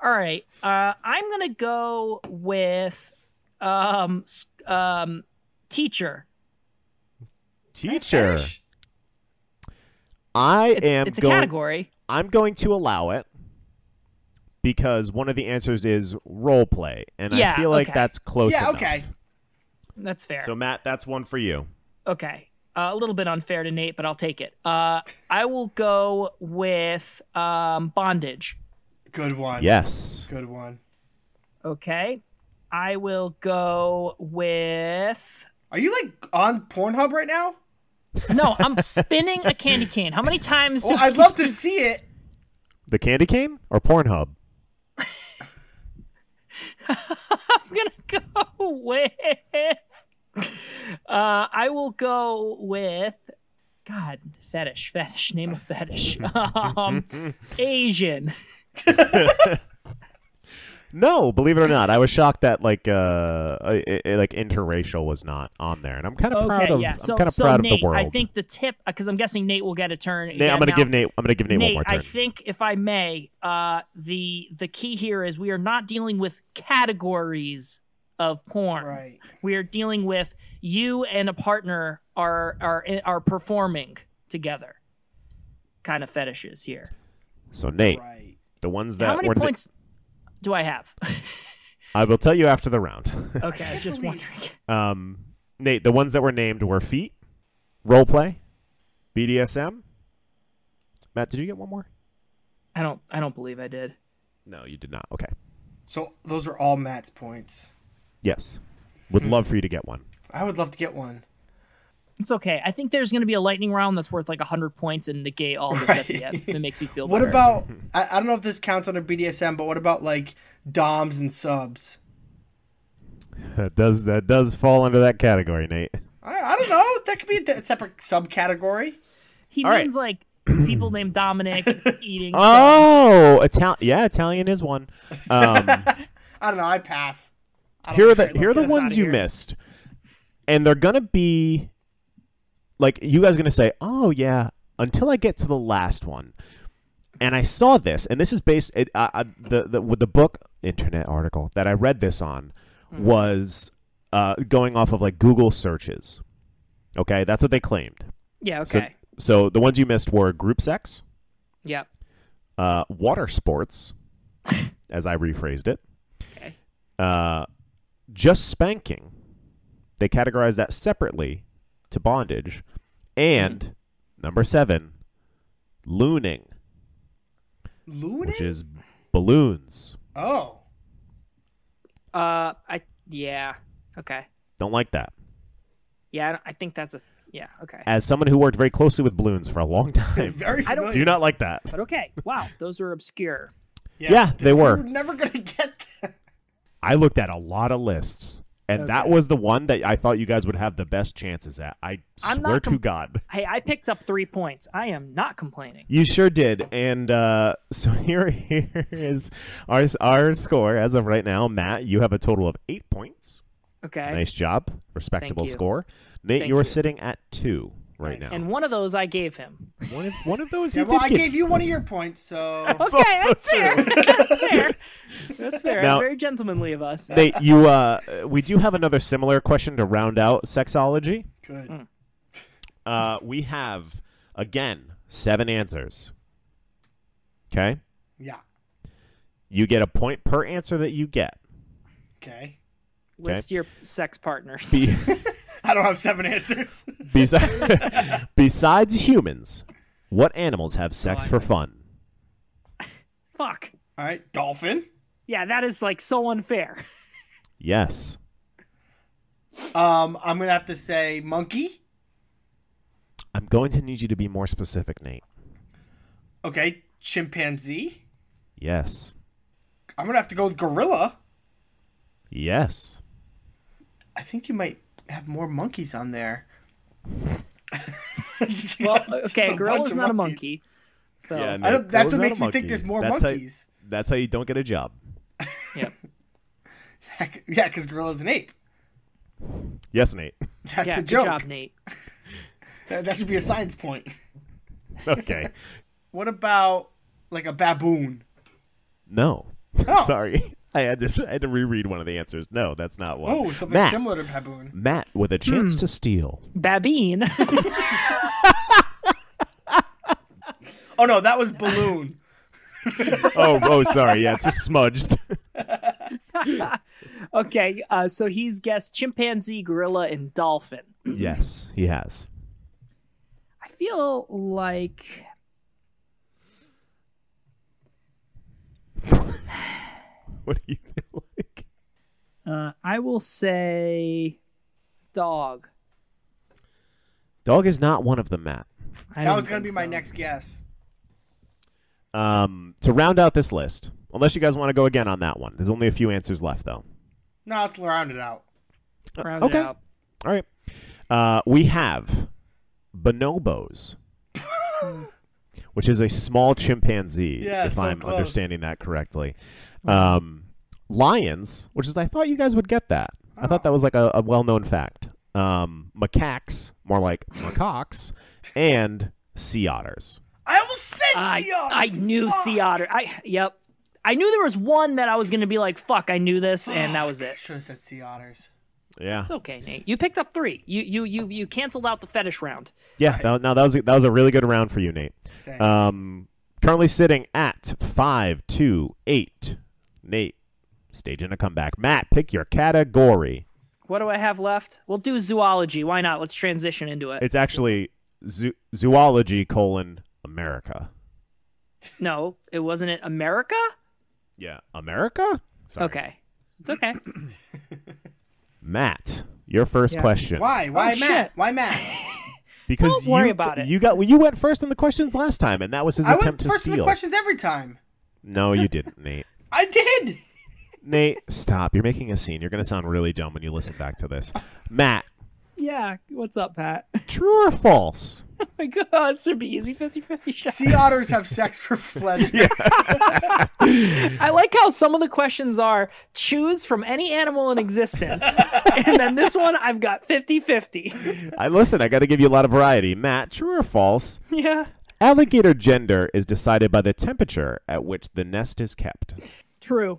Speaker 3: All right. Uh, I'm going to go with um, s- um, teacher.
Speaker 2: Teacher,
Speaker 1: Fetish?
Speaker 2: I
Speaker 3: It's,
Speaker 2: am
Speaker 3: it's a
Speaker 2: going.
Speaker 3: category.
Speaker 2: I'm going to allow it because one of the answers is role play, and I
Speaker 3: Yeah,
Speaker 2: feel like
Speaker 3: okay.
Speaker 2: that's close.
Speaker 1: Yeah.
Speaker 2: enough.
Speaker 1: Okay.
Speaker 3: That's fair.
Speaker 2: So Matt, that's one for you.
Speaker 3: okay. Uh, a little bit unfair to Nate, but I'll take it. Uh, I will go with um, bondage.
Speaker 1: Good one.
Speaker 2: Yes.
Speaker 1: Good one.
Speaker 3: Okay. I will go with.
Speaker 1: Are you like on Pornhub right now?
Speaker 3: No, I'm spinning a candy cane. How many times?
Speaker 1: Well,
Speaker 3: do-
Speaker 1: I'd love to see it.
Speaker 2: The candy cane or Pornhub?
Speaker 3: I'm gonna go with. Uh, I will go with. God, fetish, fetish, name of fetish. Um, Asian.
Speaker 2: No, believe it or not, I was shocked that like uh i i like interracial was not on there, and I'm kind of
Speaker 3: Okay,
Speaker 2: proud of
Speaker 3: yeah.
Speaker 2: I'm
Speaker 3: So,
Speaker 2: kind of
Speaker 3: so
Speaker 2: proud
Speaker 3: Nate,
Speaker 2: of the world.
Speaker 3: I think the tip, because I'm guessing Nate will get a turn.
Speaker 2: Nate, I'm
Speaker 3: again
Speaker 2: gonna
Speaker 3: now.
Speaker 2: give Nate I'm gonna give Nate, one
Speaker 3: Nate,
Speaker 2: more turn.
Speaker 3: I think if I may, uh, the the key here is we are not dealing with categories of porn.
Speaker 1: Right.
Speaker 3: We are dealing with you and a partner are are are performing together. Kind of fetishes here.
Speaker 2: so Nate,
Speaker 1: Right.
Speaker 2: the ones
Speaker 3: How
Speaker 2: that
Speaker 3: many
Speaker 2: were
Speaker 3: points do I have?
Speaker 2: I will tell you after the round.
Speaker 3: okay, I was just
Speaker 1: believe-
Speaker 3: wondering.
Speaker 2: um, Nate, the ones that were named were feet, role play, BDSM. Matt, did you get one more?
Speaker 3: I don't I don't believe I did.
Speaker 2: No, you did not. Okay.
Speaker 1: So those are all Matt's points.
Speaker 2: Yes. Would love for you to get one.
Speaker 1: I would love to get one.
Speaker 3: It's okay. I think there's going to be a lightning round that's worth like 100 points and negate all this at the end. If It makes you feel
Speaker 1: What
Speaker 3: better.
Speaker 1: about? I, I don't know if this counts under BDSM, but what about like DOMs and subs?
Speaker 2: That does that does fall under that category, Nate.
Speaker 1: I, I don't know. That could be a th- separate subcategory.
Speaker 3: He
Speaker 2: All right.
Speaker 3: means like people named Dominic eating. subs.
Speaker 2: Oh, Italian. Yeah, Italian is one. Um,
Speaker 1: I don't know. I pass. I don't
Speaker 2: here are
Speaker 1: give a
Speaker 2: the
Speaker 1: shit.
Speaker 2: here are
Speaker 1: Let's
Speaker 2: the
Speaker 1: get us outta
Speaker 2: ones you
Speaker 1: here.
Speaker 2: missed, and they're gonna be like you guys are gonna say, "Oh yeah," until I get to the last one. And I saw this, and this is based it, I, I, the the with the book internet article that I read this on
Speaker 1: Mm-hmm.
Speaker 2: was uh, going off of like Google searches. Okay, that's what they claimed.
Speaker 3: Yeah.
Speaker 2: So,
Speaker 3: Okay.
Speaker 2: so the ones you missed were group sex,
Speaker 3: yep.
Speaker 2: uh, water sports, as I rephrased it.
Speaker 3: Okay.
Speaker 2: Uh, just spanking. They categorize that separately to bondage. And
Speaker 3: Mm.
Speaker 2: number seven, looning,
Speaker 1: Looting?
Speaker 2: which is balloons.
Speaker 1: oh,
Speaker 3: Uh, I yeah. Okay.
Speaker 2: Don't like that.
Speaker 3: Yeah, I don't- I think that's a yeah. Okay.
Speaker 2: As someone who worked very closely with balloons for a long time,
Speaker 1: very
Speaker 3: I
Speaker 1: familiar.
Speaker 3: don't-
Speaker 2: do not like that.
Speaker 3: But okay. Wow, those are obscure.
Speaker 1: Yes,
Speaker 2: Yeah, they
Speaker 1: we
Speaker 2: were.
Speaker 1: We're never gonna get that.
Speaker 2: I looked at a lot of lists, and that
Speaker 3: Okay.
Speaker 2: was the one that I thought you guys would have the best chances at. I
Speaker 3: I'm
Speaker 2: swear
Speaker 3: not
Speaker 2: to
Speaker 3: com-
Speaker 2: God.
Speaker 3: Hey, I picked up three points. I am not complaining.
Speaker 2: You sure did. And uh, so here, here is our our score as of right now. Matt, you have a total of eight points.
Speaker 3: Okay.
Speaker 2: Nice job, respectable
Speaker 3: you.
Speaker 2: score. Nate,
Speaker 3: Thank
Speaker 2: you're
Speaker 3: you.
Speaker 2: sitting at two right
Speaker 1: Nice.
Speaker 2: now.
Speaker 3: And one of those I gave him.
Speaker 2: one of one of those
Speaker 1: Yeah,
Speaker 2: you
Speaker 1: well,
Speaker 2: did
Speaker 1: I
Speaker 2: get.
Speaker 1: gave you one of your points, so
Speaker 2: It's
Speaker 3: okay,
Speaker 2: also
Speaker 3: that's fair. that's fair. That's fair.
Speaker 2: Now-
Speaker 3: Very gentlemanly of us.
Speaker 2: Nate, you uh, we do have another similar question to round out sexology.
Speaker 3: Hmm.
Speaker 1: good.
Speaker 2: Uh, we have again seven answers. Okay,
Speaker 1: Yeah.
Speaker 2: you get a point per answer that you get.
Speaker 1: Okay.
Speaker 3: List your sex partners.
Speaker 2: Be-
Speaker 1: I don't have seven answers.
Speaker 2: Besi- besides humans, what animals have sex for fun?
Speaker 3: Fuck.
Speaker 1: All right, dolphin.
Speaker 3: Yeah, that is like so unfair.
Speaker 2: Yes.
Speaker 1: Um, I'm gonna have to say monkey.
Speaker 2: I'm going to need you to be more specific, Nate.
Speaker 1: Okay, chimpanzee.
Speaker 2: Yes.
Speaker 1: I'm gonna have to go with gorilla.
Speaker 2: Yes.
Speaker 1: I think you might have more monkeys on there. Just
Speaker 3: Well,
Speaker 1: a
Speaker 3: okay,
Speaker 1: bunch
Speaker 3: gorilla's
Speaker 1: of
Speaker 3: not a
Speaker 1: monkeys.
Speaker 3: monkey.
Speaker 1: So
Speaker 2: Yeah, no,
Speaker 1: I don't, that's
Speaker 2: gorilla's
Speaker 1: what
Speaker 2: not a
Speaker 1: makes me
Speaker 2: monkey.
Speaker 1: think there's more
Speaker 2: That's how-
Speaker 1: monkeys.
Speaker 2: That's how you don't get a job.
Speaker 3: Yep.
Speaker 1: Heck, yeah, because gorilla's an ape.
Speaker 2: Yes, Nate.
Speaker 1: That's
Speaker 3: yeah,
Speaker 1: a
Speaker 3: good
Speaker 1: joke.
Speaker 3: job, Nate.
Speaker 1: That, that should be a science point.
Speaker 2: Okay.
Speaker 1: What about like a baboon?
Speaker 2: no.
Speaker 1: Oh.
Speaker 2: Sorry. I had to I had to reread one of the answers. No, that's not one.
Speaker 1: Oh, something
Speaker 2: Matt.
Speaker 1: similar to baboon.
Speaker 2: Matt with a chance to steal.
Speaker 3: Babine.
Speaker 1: Oh no, that was balloon.
Speaker 2: Oh, oh, sorry. Yeah, it's just smudged.
Speaker 3: okay, uh, so he's guessed chimpanzee, gorilla, and dolphin.
Speaker 2: yes, he has.
Speaker 3: I feel like
Speaker 2: What do you feel like?
Speaker 3: uh, I will say dog.
Speaker 2: Dog is not one of them, Matt.
Speaker 3: I
Speaker 1: that
Speaker 3: don't
Speaker 1: was gonna be
Speaker 3: think
Speaker 1: my
Speaker 3: so.
Speaker 1: next guess.
Speaker 2: Um, to round out this list, unless you guys want to go again on that one, there's only a few answers left, though.
Speaker 1: No, let's round it out.
Speaker 3: Round it
Speaker 2: Okay.
Speaker 3: out.
Speaker 2: All right. Uh, we have bonobos, which is a small chimpanzee,
Speaker 1: Yeah,
Speaker 2: if
Speaker 1: so
Speaker 2: I'm
Speaker 1: close. Hmm.
Speaker 2: understanding that correctly. Um, lions, which is, I thought you guys would get that. I thought that was like a, a well known fact. Um, macaques, more like macaques, and sea otters.
Speaker 1: I almost said sea
Speaker 3: I, I
Speaker 1: otters.
Speaker 3: knew sea otter. I yep. I knew there was one that I was gonna be like, fuck, I knew this, and that was it.
Speaker 1: Should have said sea otters.
Speaker 2: Yeah.
Speaker 3: It's okay, Nate. You picked up three. You you you you canceled out the fetish round.
Speaker 2: Yeah, that, no, that was a, that was a really good round for you, Nate.
Speaker 1: Thanks.
Speaker 2: Um, currently sitting at five two eight. Nate, staging a comeback. Matt, pick your category.
Speaker 3: What do I have left? We'll do zoology. Why not? Let's transition into it.
Speaker 2: It's actually zoo- zoology colon America.
Speaker 3: no, it wasn't it America?
Speaker 2: Yeah, America. Sorry.
Speaker 3: Okay. It's okay.
Speaker 2: Matt, your first
Speaker 3: Yes.
Speaker 2: question.
Speaker 1: Why? Why
Speaker 3: Oh,
Speaker 1: Matt?
Speaker 3: shit.
Speaker 1: Why Matt?
Speaker 2: Because
Speaker 3: Don't worry
Speaker 2: you,
Speaker 3: about it.
Speaker 2: You got well, you went first in the questions last time, and that was his
Speaker 1: I went
Speaker 2: attempt to
Speaker 1: first in the
Speaker 2: steal.
Speaker 1: questions every time.
Speaker 2: No, you didn't, Nate.
Speaker 1: I did.
Speaker 2: Nate, stop! You're making a scene. You're gonna sound really dumb when you listen back to this. Matt,
Speaker 3: Yeah. What's up, Pat?
Speaker 2: true or false?
Speaker 3: my god, this would be easy 50-50 shot.
Speaker 1: Sea otters have sex for pleasure.
Speaker 3: I like how some of the questions are choose from any animal in existence. and then this one I've got 50-50.
Speaker 2: I listen. I got to give you a lot of variety. Matt, true or false?
Speaker 3: Yeah.
Speaker 2: Alligator gender is decided by the temperature at which the nest is kept.
Speaker 3: True.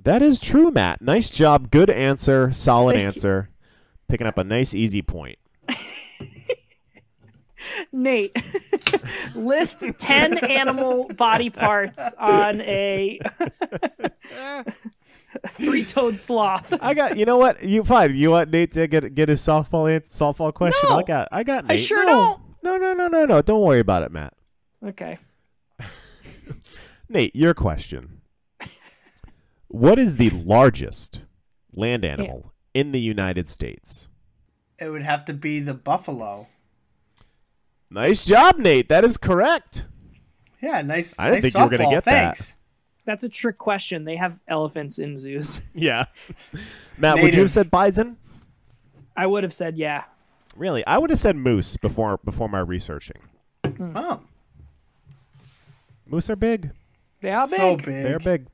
Speaker 2: That is true, Matt. Nice job. Good answer. Solid answer. Picking up a nice easy point.
Speaker 3: Nate, list 10 animal body parts on a three-toed sloth.
Speaker 2: I got. You know what? You fine. You want Nate to get get his softball ans softball question?
Speaker 3: No.
Speaker 2: I got. I got. Nate.
Speaker 3: sure
Speaker 2: no. No. No. No. No. No. Don't worry about it, Matt.
Speaker 3: Okay.
Speaker 2: Nate, your question. What is the largest land animal in the United States?
Speaker 1: It would have to be the buffalo.
Speaker 2: Nice job, Nate. That is correct.
Speaker 1: Yeah, nice.
Speaker 2: I didn't
Speaker 1: nice
Speaker 2: think you were gonna
Speaker 1: softball.
Speaker 2: get that.
Speaker 1: Thanks.
Speaker 3: That's a trick question. They have elephants in zoos.
Speaker 2: Yeah. Matt, would you
Speaker 1: Native.
Speaker 2: have said bison?
Speaker 3: I would have said yeah.
Speaker 2: Really? I would have said moose before before my researching.
Speaker 3: Hmm.
Speaker 1: Oh,
Speaker 2: Moose are big.
Speaker 3: They are big.
Speaker 1: so big.
Speaker 2: They're big.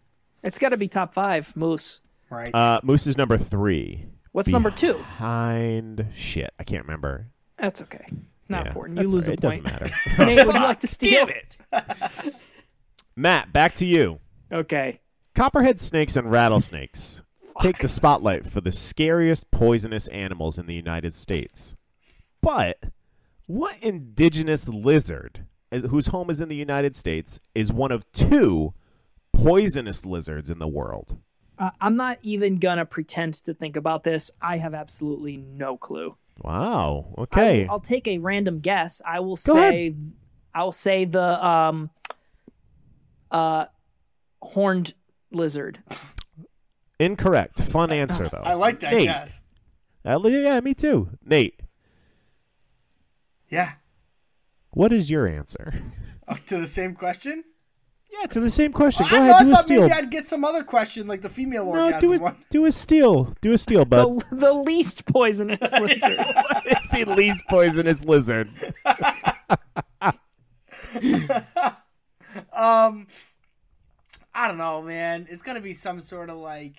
Speaker 3: It's got to be top five moose.
Speaker 1: Right.
Speaker 2: Uh, moose is number three.
Speaker 3: What's number two?
Speaker 2: Hind shit. I can't remember.
Speaker 3: That's okay. Not
Speaker 2: Yeah,
Speaker 3: important. You
Speaker 2: that's
Speaker 3: lose a
Speaker 2: all right.
Speaker 3: point.
Speaker 2: It doesn't matter.
Speaker 3: Nate, would you like to steal?
Speaker 2: it. Matt, back to you.
Speaker 3: Okay.
Speaker 2: Copperhead snakes and rattlesnakes take the spotlight for the scariest poisonous animals in the United States. But what indigenous lizard, eh, whose home is in the United States, is one of two poisonous lizards in the world?
Speaker 3: Uh, I'm not even gonna pretend to think about this. I have absolutely no clue.
Speaker 2: Wow. Okay.
Speaker 3: I'll take a random guess. I will
Speaker 2: Go
Speaker 3: say, I'll say the um, uh, horned lizard.
Speaker 2: Incorrect. Fun answer though. Oh,
Speaker 1: I like that
Speaker 2: Nate,
Speaker 1: guess.
Speaker 2: Uh, yeah, me too. Nate,
Speaker 1: Yeah.
Speaker 2: what is your answer?
Speaker 1: Up to the same question?
Speaker 2: yeah, to the same question. Go
Speaker 1: I,
Speaker 2: ahead,
Speaker 1: know,
Speaker 2: do
Speaker 1: I
Speaker 2: a
Speaker 1: thought
Speaker 2: steal.
Speaker 1: maybe I'd get some other question, like the female
Speaker 2: No,
Speaker 1: orgasm
Speaker 2: do a,
Speaker 1: one.
Speaker 2: do a steal. Do a steal, bud.
Speaker 3: The, the least poisonous lizard.
Speaker 2: it's the least poisonous lizard.
Speaker 1: Um, I don't know, man. It's gonna be some sort of like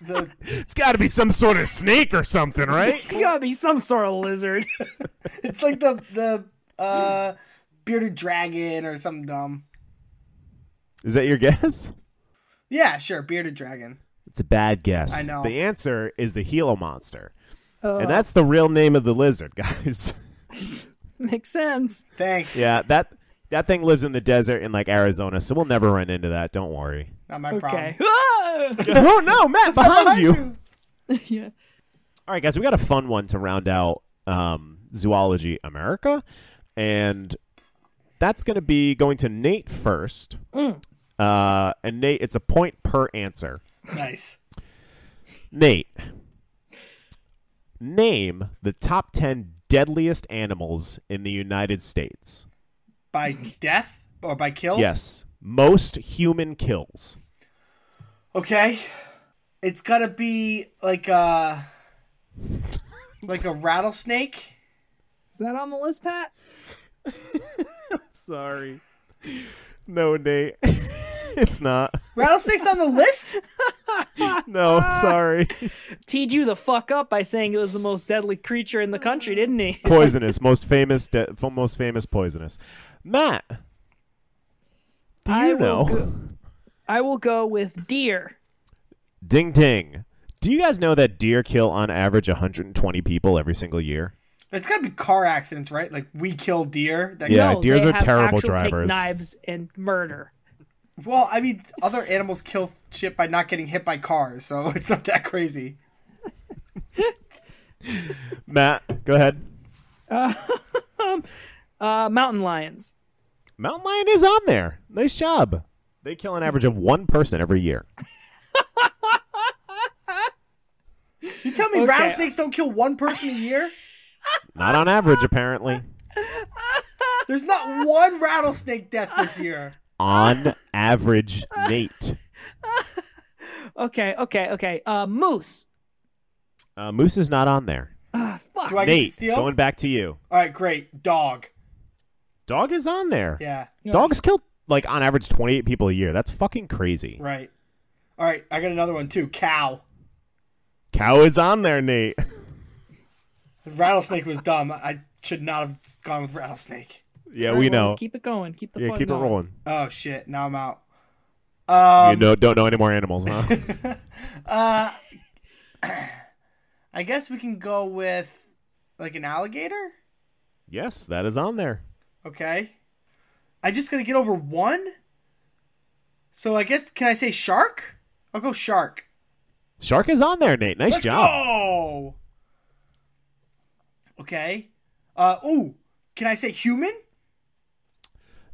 Speaker 1: the
Speaker 2: It's got to be some sort of snake or something, right?
Speaker 3: You gotta be some sort of lizard.
Speaker 1: it's like the the uh bearded dragon or something dumb.
Speaker 2: Is that your guess?
Speaker 1: Yeah, sure, bearded dragon.
Speaker 2: It's a bad guess.
Speaker 1: I know.
Speaker 2: The answer is the Gila monster.
Speaker 3: Oh,
Speaker 2: And that's the real name of the lizard, guys.
Speaker 3: makes sense.
Speaker 1: Thanks.
Speaker 2: yeah, that that thing lives in the desert in like Arizona, so we'll never run into that. Don't worry.
Speaker 1: Not my problem.
Speaker 3: Okay. Ah!
Speaker 2: oh no, Matt, behind you.
Speaker 3: yeah.
Speaker 2: All right, guys, we got a fun one to round out um, Zoology America, and that's going to be going to Nate first. Uh, and Nate, it's a point per answer.
Speaker 1: Nice.
Speaker 2: Nate, name the top ten deadliest animals in the United States.
Speaker 1: By death or by kills?
Speaker 2: Yes, most human kills.
Speaker 1: Okay. It's gotta be like a like a rattlesnake.
Speaker 3: Is that on the list, Pat?
Speaker 2: Sorry, no, Nate, it's not.
Speaker 1: Rattlesnake's on the list?
Speaker 2: No, sorry.
Speaker 3: Teed you the fuck up by saying it was the most deadly creature in the country, didn't he?
Speaker 2: poisonous, most famous, de- fo- most famous poisonous. Matt, do you
Speaker 3: I will
Speaker 2: know?
Speaker 3: go- I will go with deer.
Speaker 2: Ding ding. Do you guys know that deer kill on average 120 people every single year?
Speaker 1: It's gotta be car accidents, right? Like we kill deer. That
Speaker 2: Yeah.
Speaker 3: no,
Speaker 2: deers
Speaker 3: they
Speaker 2: are
Speaker 3: have
Speaker 2: terrible
Speaker 3: actual
Speaker 2: drivers.
Speaker 3: Take knives and murder.
Speaker 1: Well, I mean, other animals kill shit by not getting hit by cars, so it's not that crazy.
Speaker 2: Matt, go ahead.
Speaker 3: Uh, mountain lions.
Speaker 2: Mountain lion is on there. Nice job. They kill an average of one person every year.
Speaker 1: You tell me
Speaker 3: Okay.
Speaker 1: rattlesnakes don't kill one person a year?
Speaker 2: Not on average, apparently.
Speaker 1: There's not one rattlesnake death this year.
Speaker 2: On average, Nate.
Speaker 3: Okay, okay, okay. Uh, moose.
Speaker 2: Uh, Moose is not on there.
Speaker 3: Ah, fuck.
Speaker 1: Do I get to
Speaker 2: Nate,
Speaker 1: steal?
Speaker 2: going back to you.
Speaker 1: All right, great. Dog.
Speaker 2: Dog is on there.
Speaker 1: Yeah,
Speaker 2: Dogs kill like on average 28 people a year. That's fucking crazy.
Speaker 1: right. All right, I got another one too. Cow.
Speaker 2: Cow is on there, Nate.
Speaker 1: Rattlesnake was dumb. I should not have gone with rattlesnake.
Speaker 2: Yeah,
Speaker 3: All right,
Speaker 2: we
Speaker 3: well,
Speaker 2: know.
Speaker 3: Keep it going. Keep the
Speaker 2: yeah,
Speaker 3: fun
Speaker 2: keep
Speaker 3: going.
Speaker 2: it rolling.
Speaker 1: Oh shit! Now I'm out. Um, uh,
Speaker 2: you know, don't know any more animals, huh?
Speaker 1: I guess we can go with like an alligator.
Speaker 2: yes, that is on there.
Speaker 1: Okay. I just gotta get over one. So I guess can I say shark? I'll go shark.
Speaker 2: Shark is on there, Nate. Nice
Speaker 1: Let's
Speaker 2: job.
Speaker 1: go. Okay. Uh ooh, can I say human?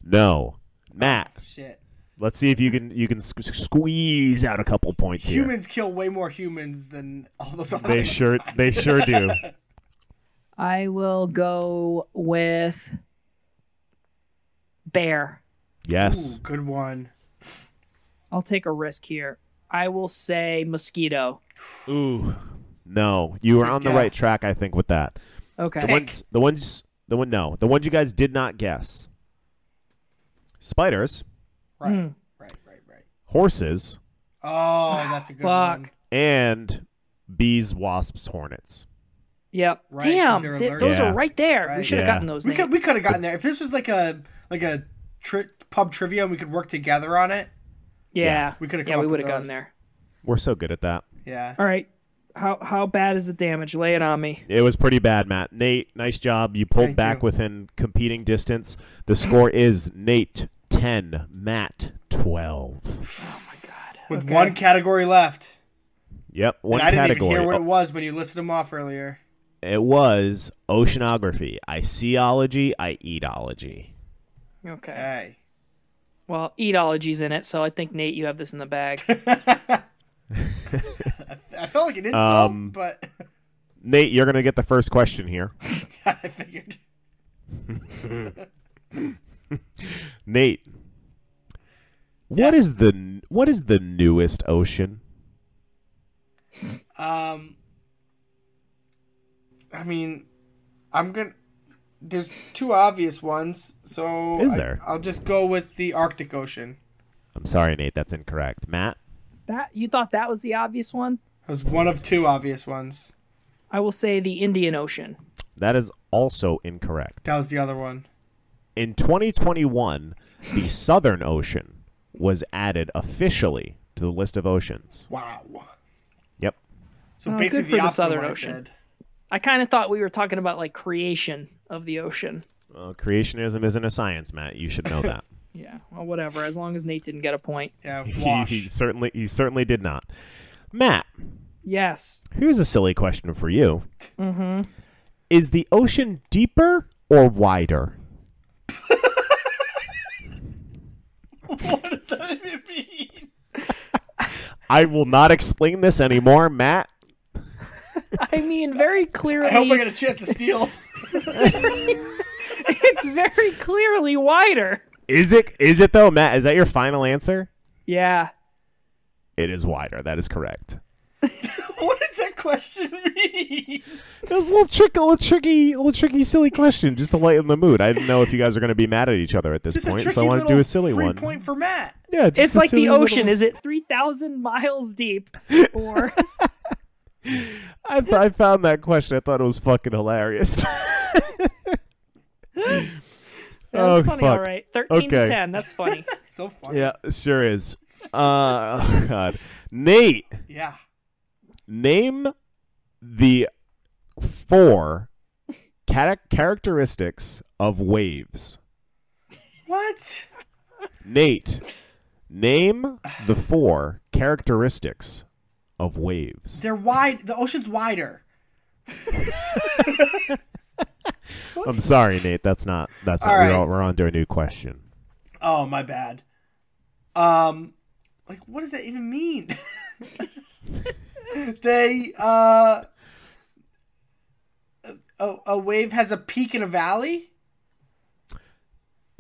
Speaker 2: No, Matt.
Speaker 1: Shit.
Speaker 2: Let's see if you can you can squ- squeeze out a couple points here.
Speaker 1: Humans kill way more humans than all those other
Speaker 2: They sure they sure do.
Speaker 3: I will go with bear.
Speaker 1: Ooh,
Speaker 2: Yes,
Speaker 1: good one.
Speaker 3: I'll take a risk here. I will say mosquito.
Speaker 2: ooh, no, you were
Speaker 1: Good
Speaker 2: on the right
Speaker 1: guess.
Speaker 2: track, I think, with that.
Speaker 3: Okay.
Speaker 2: The ones, the ones, the one, no, the ones you guys did not guess. Spiders,
Speaker 1: Right.
Speaker 3: Hmm.
Speaker 1: Right, right, right.
Speaker 2: horses,
Speaker 1: Oh, that's a good
Speaker 3: Fuck.
Speaker 1: one.
Speaker 2: and bees, wasps, hornets.
Speaker 3: Yep.
Speaker 1: Right, 'cause
Speaker 3: Damn.
Speaker 1: they're
Speaker 3: th-
Speaker 1: allergic.
Speaker 3: those
Speaker 2: Yeah.
Speaker 3: are right there. We
Speaker 1: Right.
Speaker 3: should have
Speaker 2: Yeah.
Speaker 3: gotten those.
Speaker 1: We
Speaker 3: names.
Speaker 1: could we could have gotten there. If this was like a like a tri- pub trivia and we could work together on it.
Speaker 3: yeah.
Speaker 1: We coulda come
Speaker 3: Yeah,
Speaker 1: up
Speaker 3: we would
Speaker 1: with
Speaker 3: have
Speaker 1: those.
Speaker 3: gotten there.
Speaker 2: We're so good at that.
Speaker 1: Yeah.
Speaker 3: All right. How how bad is the damage? Lay it on me.
Speaker 2: It was pretty bad, Matt. Nate, nice job. You pulled
Speaker 1: Thank
Speaker 2: back
Speaker 1: you.
Speaker 2: within competing distance. The score is Nate 10, Matt 12.
Speaker 1: With
Speaker 3: Okay.
Speaker 1: one category left.
Speaker 2: Yep, one
Speaker 1: and I didn't
Speaker 2: category.
Speaker 1: even hear what
Speaker 2: Oh,
Speaker 1: it was when you listed them off earlier.
Speaker 2: it was oceanography, iceology, ietology.
Speaker 3: Okay.
Speaker 1: Hey.
Speaker 3: Well, etology's in it, so I think Nate, you have this in the bag.
Speaker 1: I felt like an insult,
Speaker 2: Um,
Speaker 1: but
Speaker 2: Nate, you're gonna get the first question here.
Speaker 1: I figured.
Speaker 2: Nate, what
Speaker 1: Yeah.
Speaker 2: is the what is the newest ocean?
Speaker 1: Um, I mean, I'm gonna. There's two obvious ones, so
Speaker 2: Is
Speaker 1: I-
Speaker 2: there?
Speaker 1: I'll just go with the Arctic Ocean.
Speaker 2: I'm sorry, Nate, that's incorrect. Matt,
Speaker 3: That you thought that was the obvious one?
Speaker 1: That was one of two obvious ones.
Speaker 3: I will say the Indian Ocean.
Speaker 2: that is also incorrect.
Speaker 1: That was the other one.
Speaker 2: In 2021, the Southern Ocean was added officially to the list of oceans.
Speaker 1: Wow.
Speaker 2: Yep.
Speaker 1: So
Speaker 3: Oh, good
Speaker 1: basically,
Speaker 3: for
Speaker 1: the
Speaker 3: the
Speaker 1: opposite
Speaker 3: Southern
Speaker 1: of what I
Speaker 3: Ocean.
Speaker 1: said.
Speaker 3: I kind of thought we were talking about like creation of the ocean.
Speaker 2: Uh, creationism isn't a science, Matt. You should know that.
Speaker 3: Yeah, well, whatever. As long as Nate didn't get a point.
Speaker 1: Yeah,
Speaker 2: he, he
Speaker 1: wash.
Speaker 2: certainly he certainly did not. Matt,
Speaker 3: Yes.
Speaker 2: here's a silly question for you. Mm-hmm. Is the ocean deeper or wider?
Speaker 1: what does that even mean?
Speaker 2: I will not explain this anymore, Matt.
Speaker 3: I mean, very clearly,
Speaker 1: I hope I get a chance to steal.
Speaker 3: it's very clearly wider.
Speaker 2: Is it is it though, Matt? Is that your final answer?
Speaker 3: Yeah.
Speaker 2: It is wider. That is correct.
Speaker 1: what does that question mean?
Speaker 2: It was a little trick, a little tricky, a little tricky, silly question, just to lighten the mood. I didn't know if you guys are going to be mad at each other at this
Speaker 1: It's a
Speaker 2: point,
Speaker 1: tricky
Speaker 2: so I wanted to do
Speaker 1: little
Speaker 2: a silly
Speaker 1: free
Speaker 2: one.
Speaker 1: point for Matt.
Speaker 2: Yeah, just
Speaker 3: It's
Speaker 2: a
Speaker 3: like the
Speaker 2: silly little-
Speaker 3: ocean. Is it 3,000 miles deep? Or
Speaker 2: I, th- I found that question. I thought it was fucking hilarious.
Speaker 3: that's
Speaker 2: Oh,
Speaker 3: funny,
Speaker 2: fuck.
Speaker 3: all right. 13 to
Speaker 2: Okay.
Speaker 3: 10. That's funny.
Speaker 1: So funny.
Speaker 2: yeah, it sure is. Uh, oh God, Nate,
Speaker 1: Yeah.
Speaker 2: name the four cata- characteristics of waves.
Speaker 1: What?
Speaker 2: Nate, name the four characteristics of waves.
Speaker 1: They're wide. The ocean's wider.
Speaker 2: I'm sorry, Nate. That's not. That's not.
Speaker 1: All
Speaker 2: We're,
Speaker 1: right.
Speaker 2: all, we're on to a new question.
Speaker 1: Oh, my bad. Um, like, what does that even mean? they, uh, a, a wave has a peak and a valley?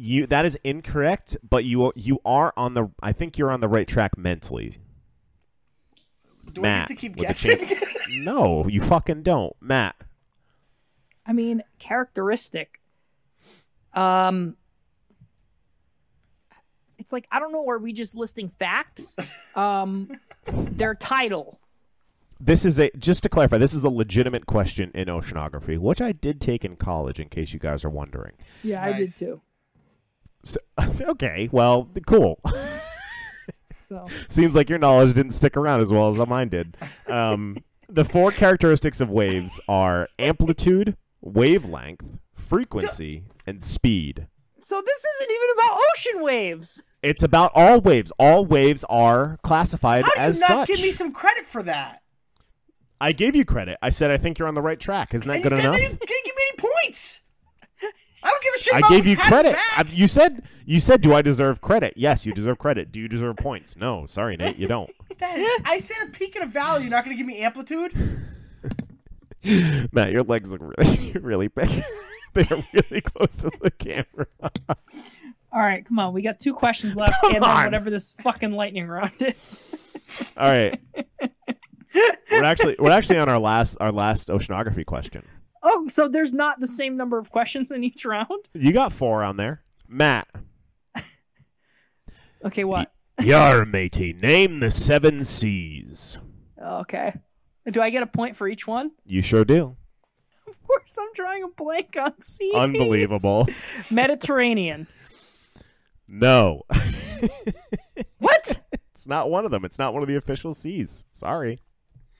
Speaker 2: You that is incorrect, but you you are on the. I think you're on the right track mentally.
Speaker 1: Do I
Speaker 2: Matt,
Speaker 1: get to keep
Speaker 2: with a
Speaker 1: guessing?
Speaker 2: No, you fucking don't, Matt.
Speaker 3: I mean, characteristic. Um, it's like I don't know. Are we just listing facts? Um, their title.
Speaker 2: This is a just to clarify. This is a legitimate question in oceanography, which I did take in college, in case you guys are wondering.
Speaker 3: Yeah,
Speaker 1: I did Nice.
Speaker 3: too.
Speaker 2: So, okay, well, cool.
Speaker 3: So
Speaker 2: Seems like your knowledge didn't stick around as well as mine did. Um, the four characteristics of waves are amplitude, wavelength, frequency, and speed.
Speaker 3: so this isn't even about ocean waves.
Speaker 2: It's about all waves. All waves are classified
Speaker 1: How do you
Speaker 2: as
Speaker 1: not
Speaker 2: such.
Speaker 1: give me some credit for that?
Speaker 2: I gave you credit. I said I think you're on the right track. Isn't that
Speaker 1: And
Speaker 2: good
Speaker 1: then
Speaker 2: enough?
Speaker 1: You didn't give me any points. I don't give a shit
Speaker 2: I
Speaker 1: about
Speaker 2: gave you
Speaker 1: Pat's
Speaker 2: credit.
Speaker 1: back.
Speaker 2: I, you said you said, "Do I deserve credit?" Yes, you deserve credit. Do you deserve points? No, sorry, Nate, you don't.
Speaker 1: That- I said a peak and a valley. You're not going to give me amplitude?
Speaker 2: Matt, your legs look really, really big. They're really close to the camera.
Speaker 3: All right, come on. We got two questions left, and
Speaker 2: on.
Speaker 3: then whatever this fucking lightning round is.
Speaker 2: All right. We're actually we're actually on our last our last oceanography question.
Speaker 3: Oh, so there's not the same number of questions in each round.
Speaker 2: You got four on there, Matt.
Speaker 3: Okay, what?
Speaker 2: Yar, matey, name the seven seas.
Speaker 3: Okay. Do I get a point for each one?
Speaker 2: You sure do.
Speaker 3: Of course, I'm drawing a blank on sea.
Speaker 2: Unbelievable.
Speaker 3: Mediterranean.
Speaker 2: No,
Speaker 3: What?
Speaker 2: it's not one of them. It's not one of the official seas. Sorry.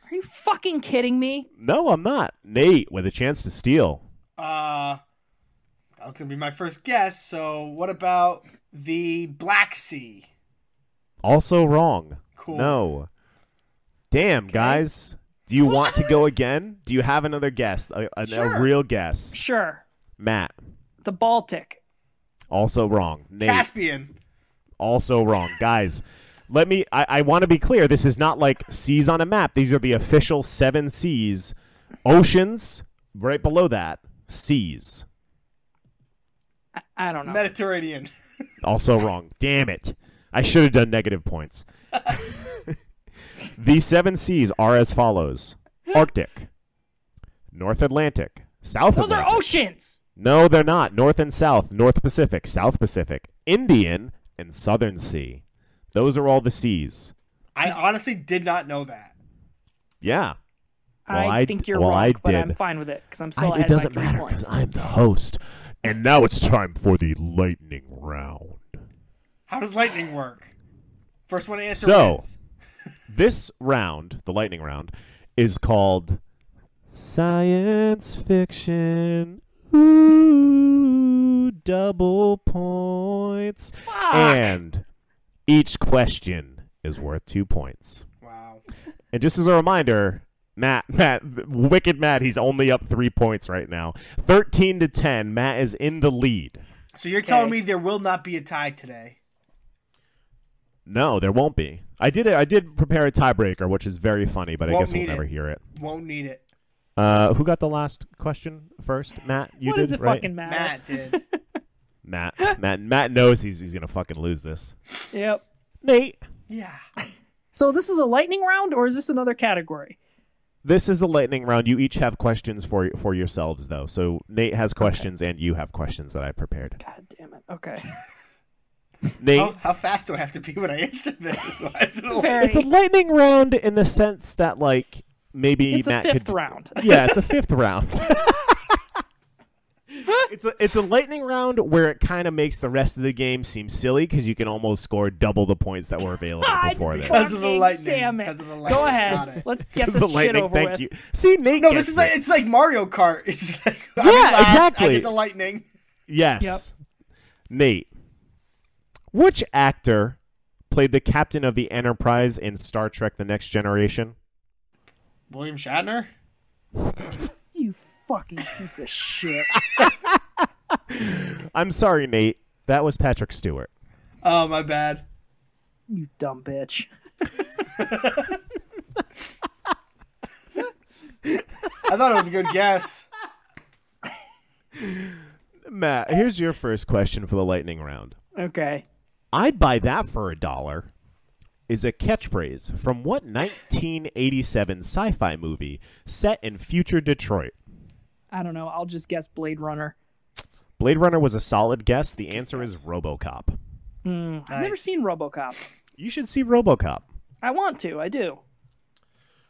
Speaker 3: Are you fucking kidding me?
Speaker 2: No, I'm not. Nate with a chance to steal.
Speaker 1: Uh, that was gonna be my first guess. So, what about the Black Sea?
Speaker 2: Also wrong.
Speaker 1: Cool.
Speaker 2: No. Damn, guys. Do you want to go again? Do you have another guess? A, a, a
Speaker 1: Sure.
Speaker 2: real guess?
Speaker 3: Sure.
Speaker 2: Matt.
Speaker 3: The Baltic.
Speaker 2: Also wrong. Nate.
Speaker 1: Caspian.
Speaker 2: Also wrong. guys, Let me. I, I want to be clear. This is not like seas on a map. These are the official seven seas. Oceans, right below that, seas.
Speaker 3: I, I don't know.
Speaker 1: Mediterranean.
Speaker 2: Also wrong. Damn it. I should have done negative points. the seven seas are as follows Arctic, North Atlantic, South
Speaker 3: Those are
Speaker 2: Atlantic.
Speaker 3: oceans.
Speaker 2: no, they're not. North and South, North Pacific, South Pacific, Indian, and Southern Sea. Those are all the seas.
Speaker 1: I honestly did not know that.
Speaker 2: Yeah. Well,
Speaker 3: I,
Speaker 2: I
Speaker 3: think
Speaker 2: d-
Speaker 3: you're
Speaker 2: well,
Speaker 3: wrong,
Speaker 2: I
Speaker 3: but I'm
Speaker 2: did.
Speaker 3: fine with it because I'm
Speaker 2: I-
Speaker 3: still ahead
Speaker 2: it doesn't
Speaker 3: by three
Speaker 2: matter
Speaker 3: points.
Speaker 2: because I'm the host. And now it's time for the lightning round.
Speaker 1: How does lightning work? First one to answer
Speaker 2: So-
Speaker 1: wins.
Speaker 2: This round, the lightning round, is called science fiction. Ooh, double points.
Speaker 3: Fuck.
Speaker 2: And each question is worth two points.
Speaker 1: Wow.
Speaker 2: And just as a reminder, Matt, Matt, wicked Matt, he's only up three points right now. 13 to 10, Matt is in the lead.
Speaker 1: So you're telling
Speaker 3: Okay.
Speaker 1: me there will not be a tie today?
Speaker 2: No, there won't be. I did I did prepare a tiebreaker, which is very funny, but I
Speaker 1: Won't
Speaker 2: guess we'll
Speaker 1: need
Speaker 2: never
Speaker 1: it.
Speaker 2: hear it.
Speaker 1: Won't need it.
Speaker 2: Uh, who got the last question first? Matt, you
Speaker 3: What
Speaker 2: did,
Speaker 3: does it
Speaker 2: right?
Speaker 3: fucking matter?
Speaker 1: Matt did.
Speaker 2: Matt, Matt, Matt knows he's he's gonna fucking lose this.
Speaker 3: Yep.
Speaker 2: Nate,
Speaker 1: yeah.
Speaker 3: So this is a lightning round, or is this another category?
Speaker 2: this is the lightning round. You each have questions for for yourselves, though. So Nate has questions, and you have questions that I prepared.
Speaker 3: God damn it. Okay.
Speaker 2: Nate,
Speaker 3: Oh,
Speaker 1: How, how fast do I have to be when I answer this? Why is it a
Speaker 3: Very-
Speaker 2: it's a lightning round in the sense that like maybe
Speaker 3: It's
Speaker 2: Matt
Speaker 3: a fifth
Speaker 2: could,
Speaker 3: round.
Speaker 2: Yeah, it's a fifth round. it's a it's a lightning round where it kind of makes the rest of the game seem silly because you can almost score double the points that were available
Speaker 3: God
Speaker 2: before this.
Speaker 1: Because of the
Speaker 3: fucking
Speaker 1: lightning.
Speaker 3: Damn it.
Speaker 1: Because of the
Speaker 3: Go
Speaker 1: lightning. Got
Speaker 3: ahead.
Speaker 1: it.
Speaker 3: Let's get
Speaker 2: the
Speaker 3: this shit
Speaker 2: lightning,
Speaker 3: over
Speaker 2: thank
Speaker 3: with.
Speaker 2: you. See, Nate.
Speaker 1: No,
Speaker 2: gets
Speaker 1: this is like
Speaker 2: it.
Speaker 1: it's like Mario Kart. It's like I'm
Speaker 2: Yeah,
Speaker 1: last, I
Speaker 2: exactly.
Speaker 1: get the lightning.
Speaker 2: yes, Nate. Which actor played the captain of the Enterprise in Star Trek: The Next Generation?
Speaker 1: William Shatner.
Speaker 3: You fucking piece of shit.
Speaker 2: I'm sorry, Nate. That was Patrick Stewart.
Speaker 1: Oh my bad.
Speaker 3: You dumb bitch.
Speaker 1: I thought it was a good guess.
Speaker 2: Matt, here's your first question for the lightning round.
Speaker 3: Okay.
Speaker 2: I'd buy that for a dollar is a catchphrase from what 1987 sci fi movie set in future Detroit?
Speaker 3: I don't know. I'll just guess Blade Runner.
Speaker 2: Blade Runner was a solid guess. The answer is Robocop.
Speaker 3: I've never seen RoboCop.
Speaker 2: You should see Robocop.
Speaker 3: I want to. I do.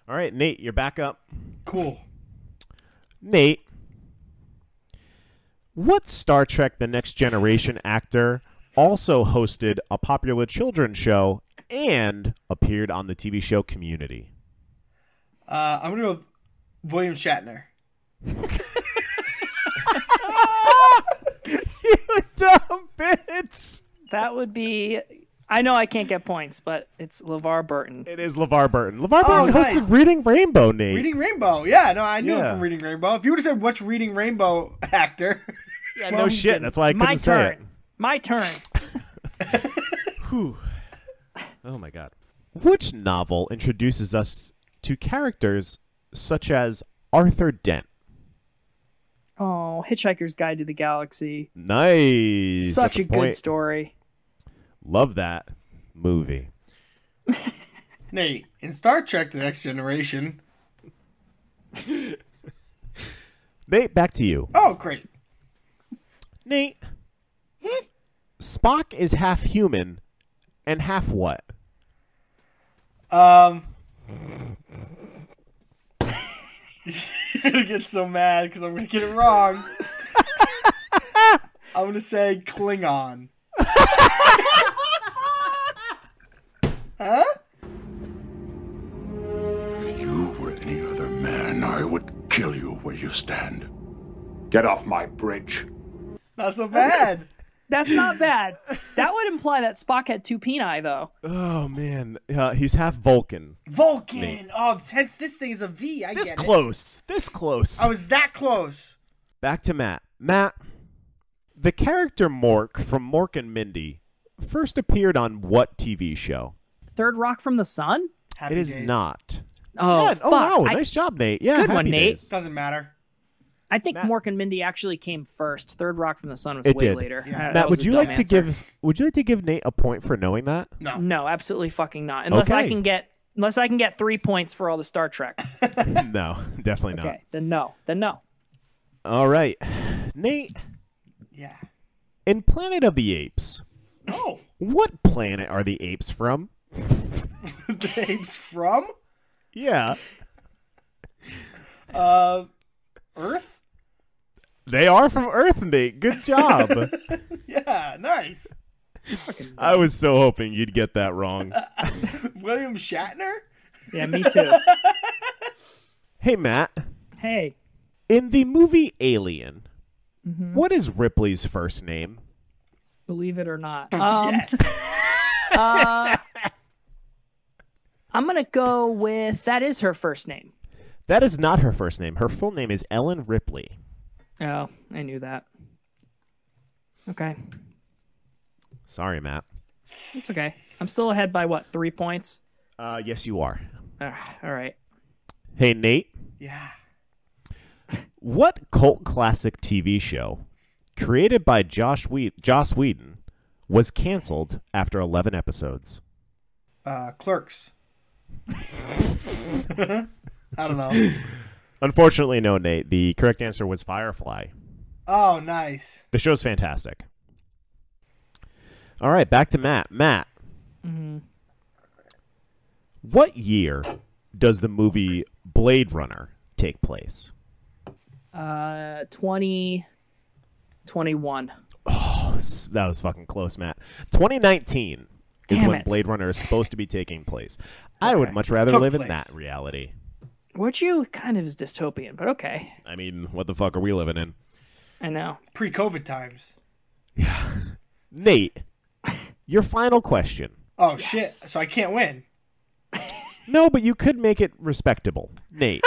Speaker 2: All right, Nate, you're back up.
Speaker 1: Cool.
Speaker 2: Nate, what Star Trek The Next Generation actor also hosted a popular children's show and appeared on the TV show Community?
Speaker 1: Uh, I'm gonna go with William Shatner.
Speaker 2: you dumb bitch!
Speaker 3: That would be. I know I can't get points, but it's LeVar Burton.
Speaker 2: It is LeVar Burton. LeVar
Speaker 1: Oh,
Speaker 2: Burton hosted
Speaker 1: nice.
Speaker 2: Reading Rainbow, Nate.
Speaker 1: Reading Rainbow. Yeah, no, I knew him
Speaker 2: Yeah.
Speaker 1: from Reading Rainbow. If you would have said which Reading Rainbow actor,
Speaker 2: yeah,
Speaker 3: Well,
Speaker 2: no
Speaker 3: he
Speaker 2: shit.
Speaker 3: didn't.
Speaker 2: That's why I couldn't
Speaker 3: My
Speaker 2: say
Speaker 3: turn.
Speaker 2: it.
Speaker 3: My turn.
Speaker 2: Whew. Oh my god. Which novel introduces us to characters such as Arthur Dent?
Speaker 3: Oh, Hitchhiker's Guide to the Galaxy.
Speaker 2: Nice.
Speaker 3: Such
Speaker 2: That's
Speaker 3: a good
Speaker 2: point.
Speaker 3: story.
Speaker 2: Love that movie.
Speaker 1: Nate in Star Trek: The Next Generation.
Speaker 2: Nate, back to you.
Speaker 1: Oh, great.
Speaker 2: Nate. Spock is half human and half what?
Speaker 1: Um, you're gonna get so mad because I'm gonna get it wrong. I'm gonna say Klingon.
Speaker 4: If you were any other man, I would kill you where you stand. Get off my bridge.
Speaker 1: Not so bad.
Speaker 3: That's not bad. that would imply that Spock had two peni, though.
Speaker 2: Oh man, uh, he's half Vulcan.
Speaker 1: Vulcan. Oh, hence this thing is a V. I
Speaker 2: This
Speaker 1: get
Speaker 2: close. This close.
Speaker 1: it. I was that close.
Speaker 2: Back to Matt. Matt, the character Mork from Mork and Mindy first appeared on what TV show?
Speaker 3: third rock from the sun?
Speaker 1: Happy
Speaker 2: It is
Speaker 1: days.
Speaker 2: not.
Speaker 3: Oh,
Speaker 2: Yeah,
Speaker 3: fuck.
Speaker 2: oh wow,
Speaker 3: I,
Speaker 2: nice job, Nate. Yeah,
Speaker 3: Good
Speaker 2: happy
Speaker 3: one, Nate.
Speaker 2: days.
Speaker 1: Doesn't matter.
Speaker 3: I think
Speaker 2: Matt-
Speaker 3: Mork and Mindy actually came first. Third rock from the sun was
Speaker 2: It
Speaker 3: way
Speaker 2: did.
Speaker 3: later.
Speaker 1: Yeah.
Speaker 3: Uh, that
Speaker 2: Matt,
Speaker 3: was
Speaker 2: would
Speaker 3: a
Speaker 2: you
Speaker 3: dumb
Speaker 2: like to
Speaker 3: answer.
Speaker 2: give? Would you like to give Nate a point for knowing that?
Speaker 1: No.
Speaker 3: No, absolutely fucking not. Unless I
Speaker 2: Okay.
Speaker 3: can get unless I can get three points for all the Star Trek.
Speaker 2: no, definitely not.
Speaker 3: Okay, then no, then no.
Speaker 2: All right, Nate.
Speaker 1: Yeah.
Speaker 2: In Planet of the Apes,
Speaker 1: Oh,
Speaker 2: what planet are the apes from?
Speaker 1: the apes from
Speaker 2: Yeah,
Speaker 1: uh, Earth.
Speaker 2: they are from Earth, Nate. Good job.
Speaker 1: Yeah, nice.
Speaker 2: I was so hoping you'd get that wrong.
Speaker 1: William Shatner.
Speaker 3: Yeah, me too.
Speaker 2: hey, Matt.
Speaker 3: hey,
Speaker 2: In the movie Alien, what is Ripley's first name?
Speaker 3: believe it or not. Um, uh, I'm gonna go with that is her first name.
Speaker 2: That is not her first name. Her full name is Ellen Ripley.
Speaker 3: Oh, I knew that. Okay,
Speaker 2: Sorry, Matt.
Speaker 3: it's okay. I'm still ahead by what three points?
Speaker 2: Uh, yes, you are.
Speaker 3: Ugh, all right.
Speaker 2: Hey, Nate.
Speaker 1: Yeah.
Speaker 2: What cult classic TV show, created by Josh we- Joss Whedon, was canceled after 11 episodes?
Speaker 1: Uh, clerks. I don't know.
Speaker 2: Unfortunately, no, Nate. The correct answer was Firefly.
Speaker 1: Oh, nice.
Speaker 2: The show's fantastic. All right, back to Matt. Matt,
Speaker 3: Mm-hmm.
Speaker 2: what year does the movie Blade Runner take place?
Speaker 3: Uh, twenty, twenty-one.
Speaker 2: Oh, s- that was fucking close, Matt. 2019 is
Speaker 3: Damn
Speaker 2: when
Speaker 3: it.
Speaker 2: Blade Runner is supposed to be taking place. I would much rather
Speaker 1: Took
Speaker 2: live in
Speaker 1: place.
Speaker 2: that reality.
Speaker 3: Which you kind of is dystopian, but okay.
Speaker 2: I mean, what the fuck are we living in?
Speaker 3: I know.
Speaker 1: Pre-COVID times.
Speaker 2: Nate, your final question.
Speaker 1: Oh shit! So I can't win.
Speaker 2: No, but you could make it respectable. Nate.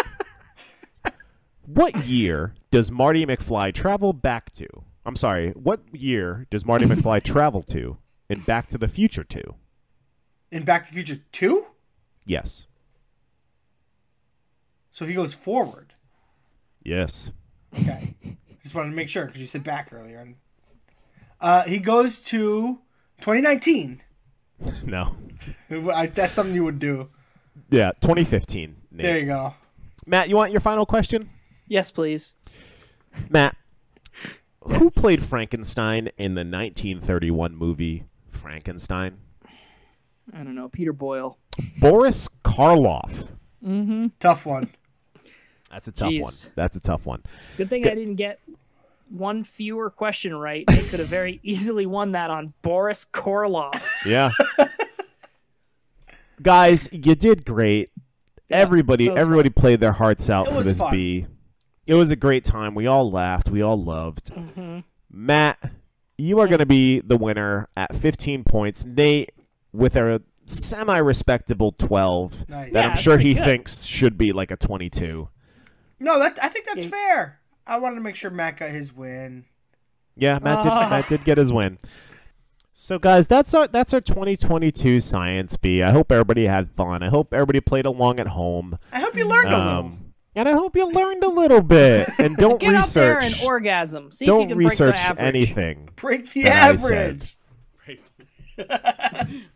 Speaker 2: what year does Marty McFly travel back to? I'm sorry, what year does Marty McFly travel to in Back to the Future 2?
Speaker 1: In Back to the Future Two,
Speaker 2: Yes.
Speaker 1: so he goes forward.
Speaker 2: Yes.
Speaker 1: Okay. Just wanted to make sure because you said back earlier. And uh, he goes to 2019.
Speaker 2: No.
Speaker 1: I, that's something you would do.
Speaker 2: Yeah, 2015. Nate.
Speaker 1: There you go.
Speaker 2: Matt, you want your final question?
Speaker 3: Yes, please.
Speaker 2: Matt, who played Frankenstein in the 1931 movie Frankenstein?
Speaker 3: I don't know. Peter Boyle.
Speaker 2: Boris Karloff.
Speaker 1: Tough one.
Speaker 2: That's a tough
Speaker 3: Jeez.
Speaker 2: one. That's a tough one.
Speaker 3: Good thing I didn't get one fewer question right. They could have very easily won that on Boris Korloff.
Speaker 2: Yeah. Guys, you did great. everybody
Speaker 3: that was
Speaker 2: everybody played their hearts out for
Speaker 1: was
Speaker 2: this
Speaker 1: fun.
Speaker 2: B. It was a great time. We all laughed. We all loved. Matt, you are going to be the winner at 15 points. Nate with a semi respectable
Speaker 1: Nice.
Speaker 2: 12 that
Speaker 1: Yeah,
Speaker 2: I'm
Speaker 3: that's
Speaker 2: sure
Speaker 3: pretty
Speaker 2: he
Speaker 3: good.
Speaker 2: thinks should be like a 22.
Speaker 1: No, that I think that's fair. I wanted to make sure Matt got his win.
Speaker 2: Yeah, Matt did,
Speaker 3: Ah.
Speaker 2: Matt did get his win. So guys, that's our that's our 2022 Science Bee. I hope everybody had fun. I hope everybody played along at home.
Speaker 1: I hope you learned a little.
Speaker 2: Um, and I hope you learned a little bit. And don't
Speaker 3: Get
Speaker 2: research.
Speaker 3: up there and orgasm. See if you
Speaker 2: don't
Speaker 3: can break
Speaker 2: research
Speaker 3: the average.
Speaker 2: anything.
Speaker 1: Break the
Speaker 2: that I said.
Speaker 1: average.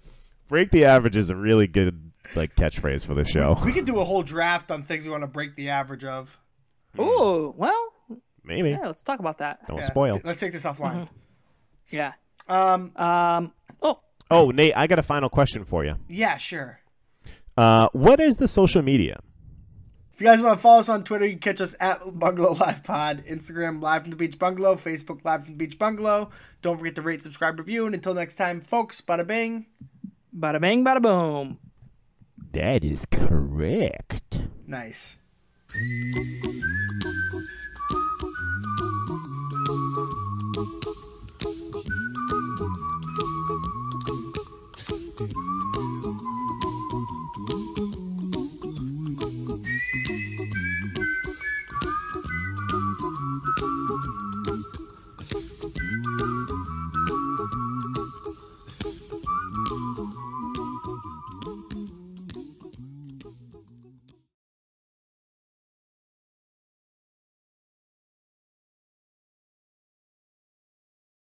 Speaker 2: Break the average is a really good like catchphrase for the show.
Speaker 1: We could do a whole draft on things we want to break the average of.
Speaker 3: Ooh, well,
Speaker 2: Maybe.
Speaker 3: yeah, let's talk about that.
Speaker 2: Don't
Speaker 1: Yeah.
Speaker 2: spoil.
Speaker 1: Let's take this offline.
Speaker 3: Yeah.
Speaker 1: Um,
Speaker 3: Um. Oh,
Speaker 2: Oh, Nate, I got a final question for you.
Speaker 1: yeah, sure.
Speaker 2: Uh, what is the social media?
Speaker 1: If you guys want to follow us on Twitter, you can catch us at Bungalow Live Pod, Instagram Live from the Beach Bungalow, Facebook Live from the Beach Bungalow. Don't forget to rate, subscribe, review, and until next time, folks, bada bing.
Speaker 3: bada bing, bada boom.
Speaker 2: That is correct.
Speaker 1: Nice.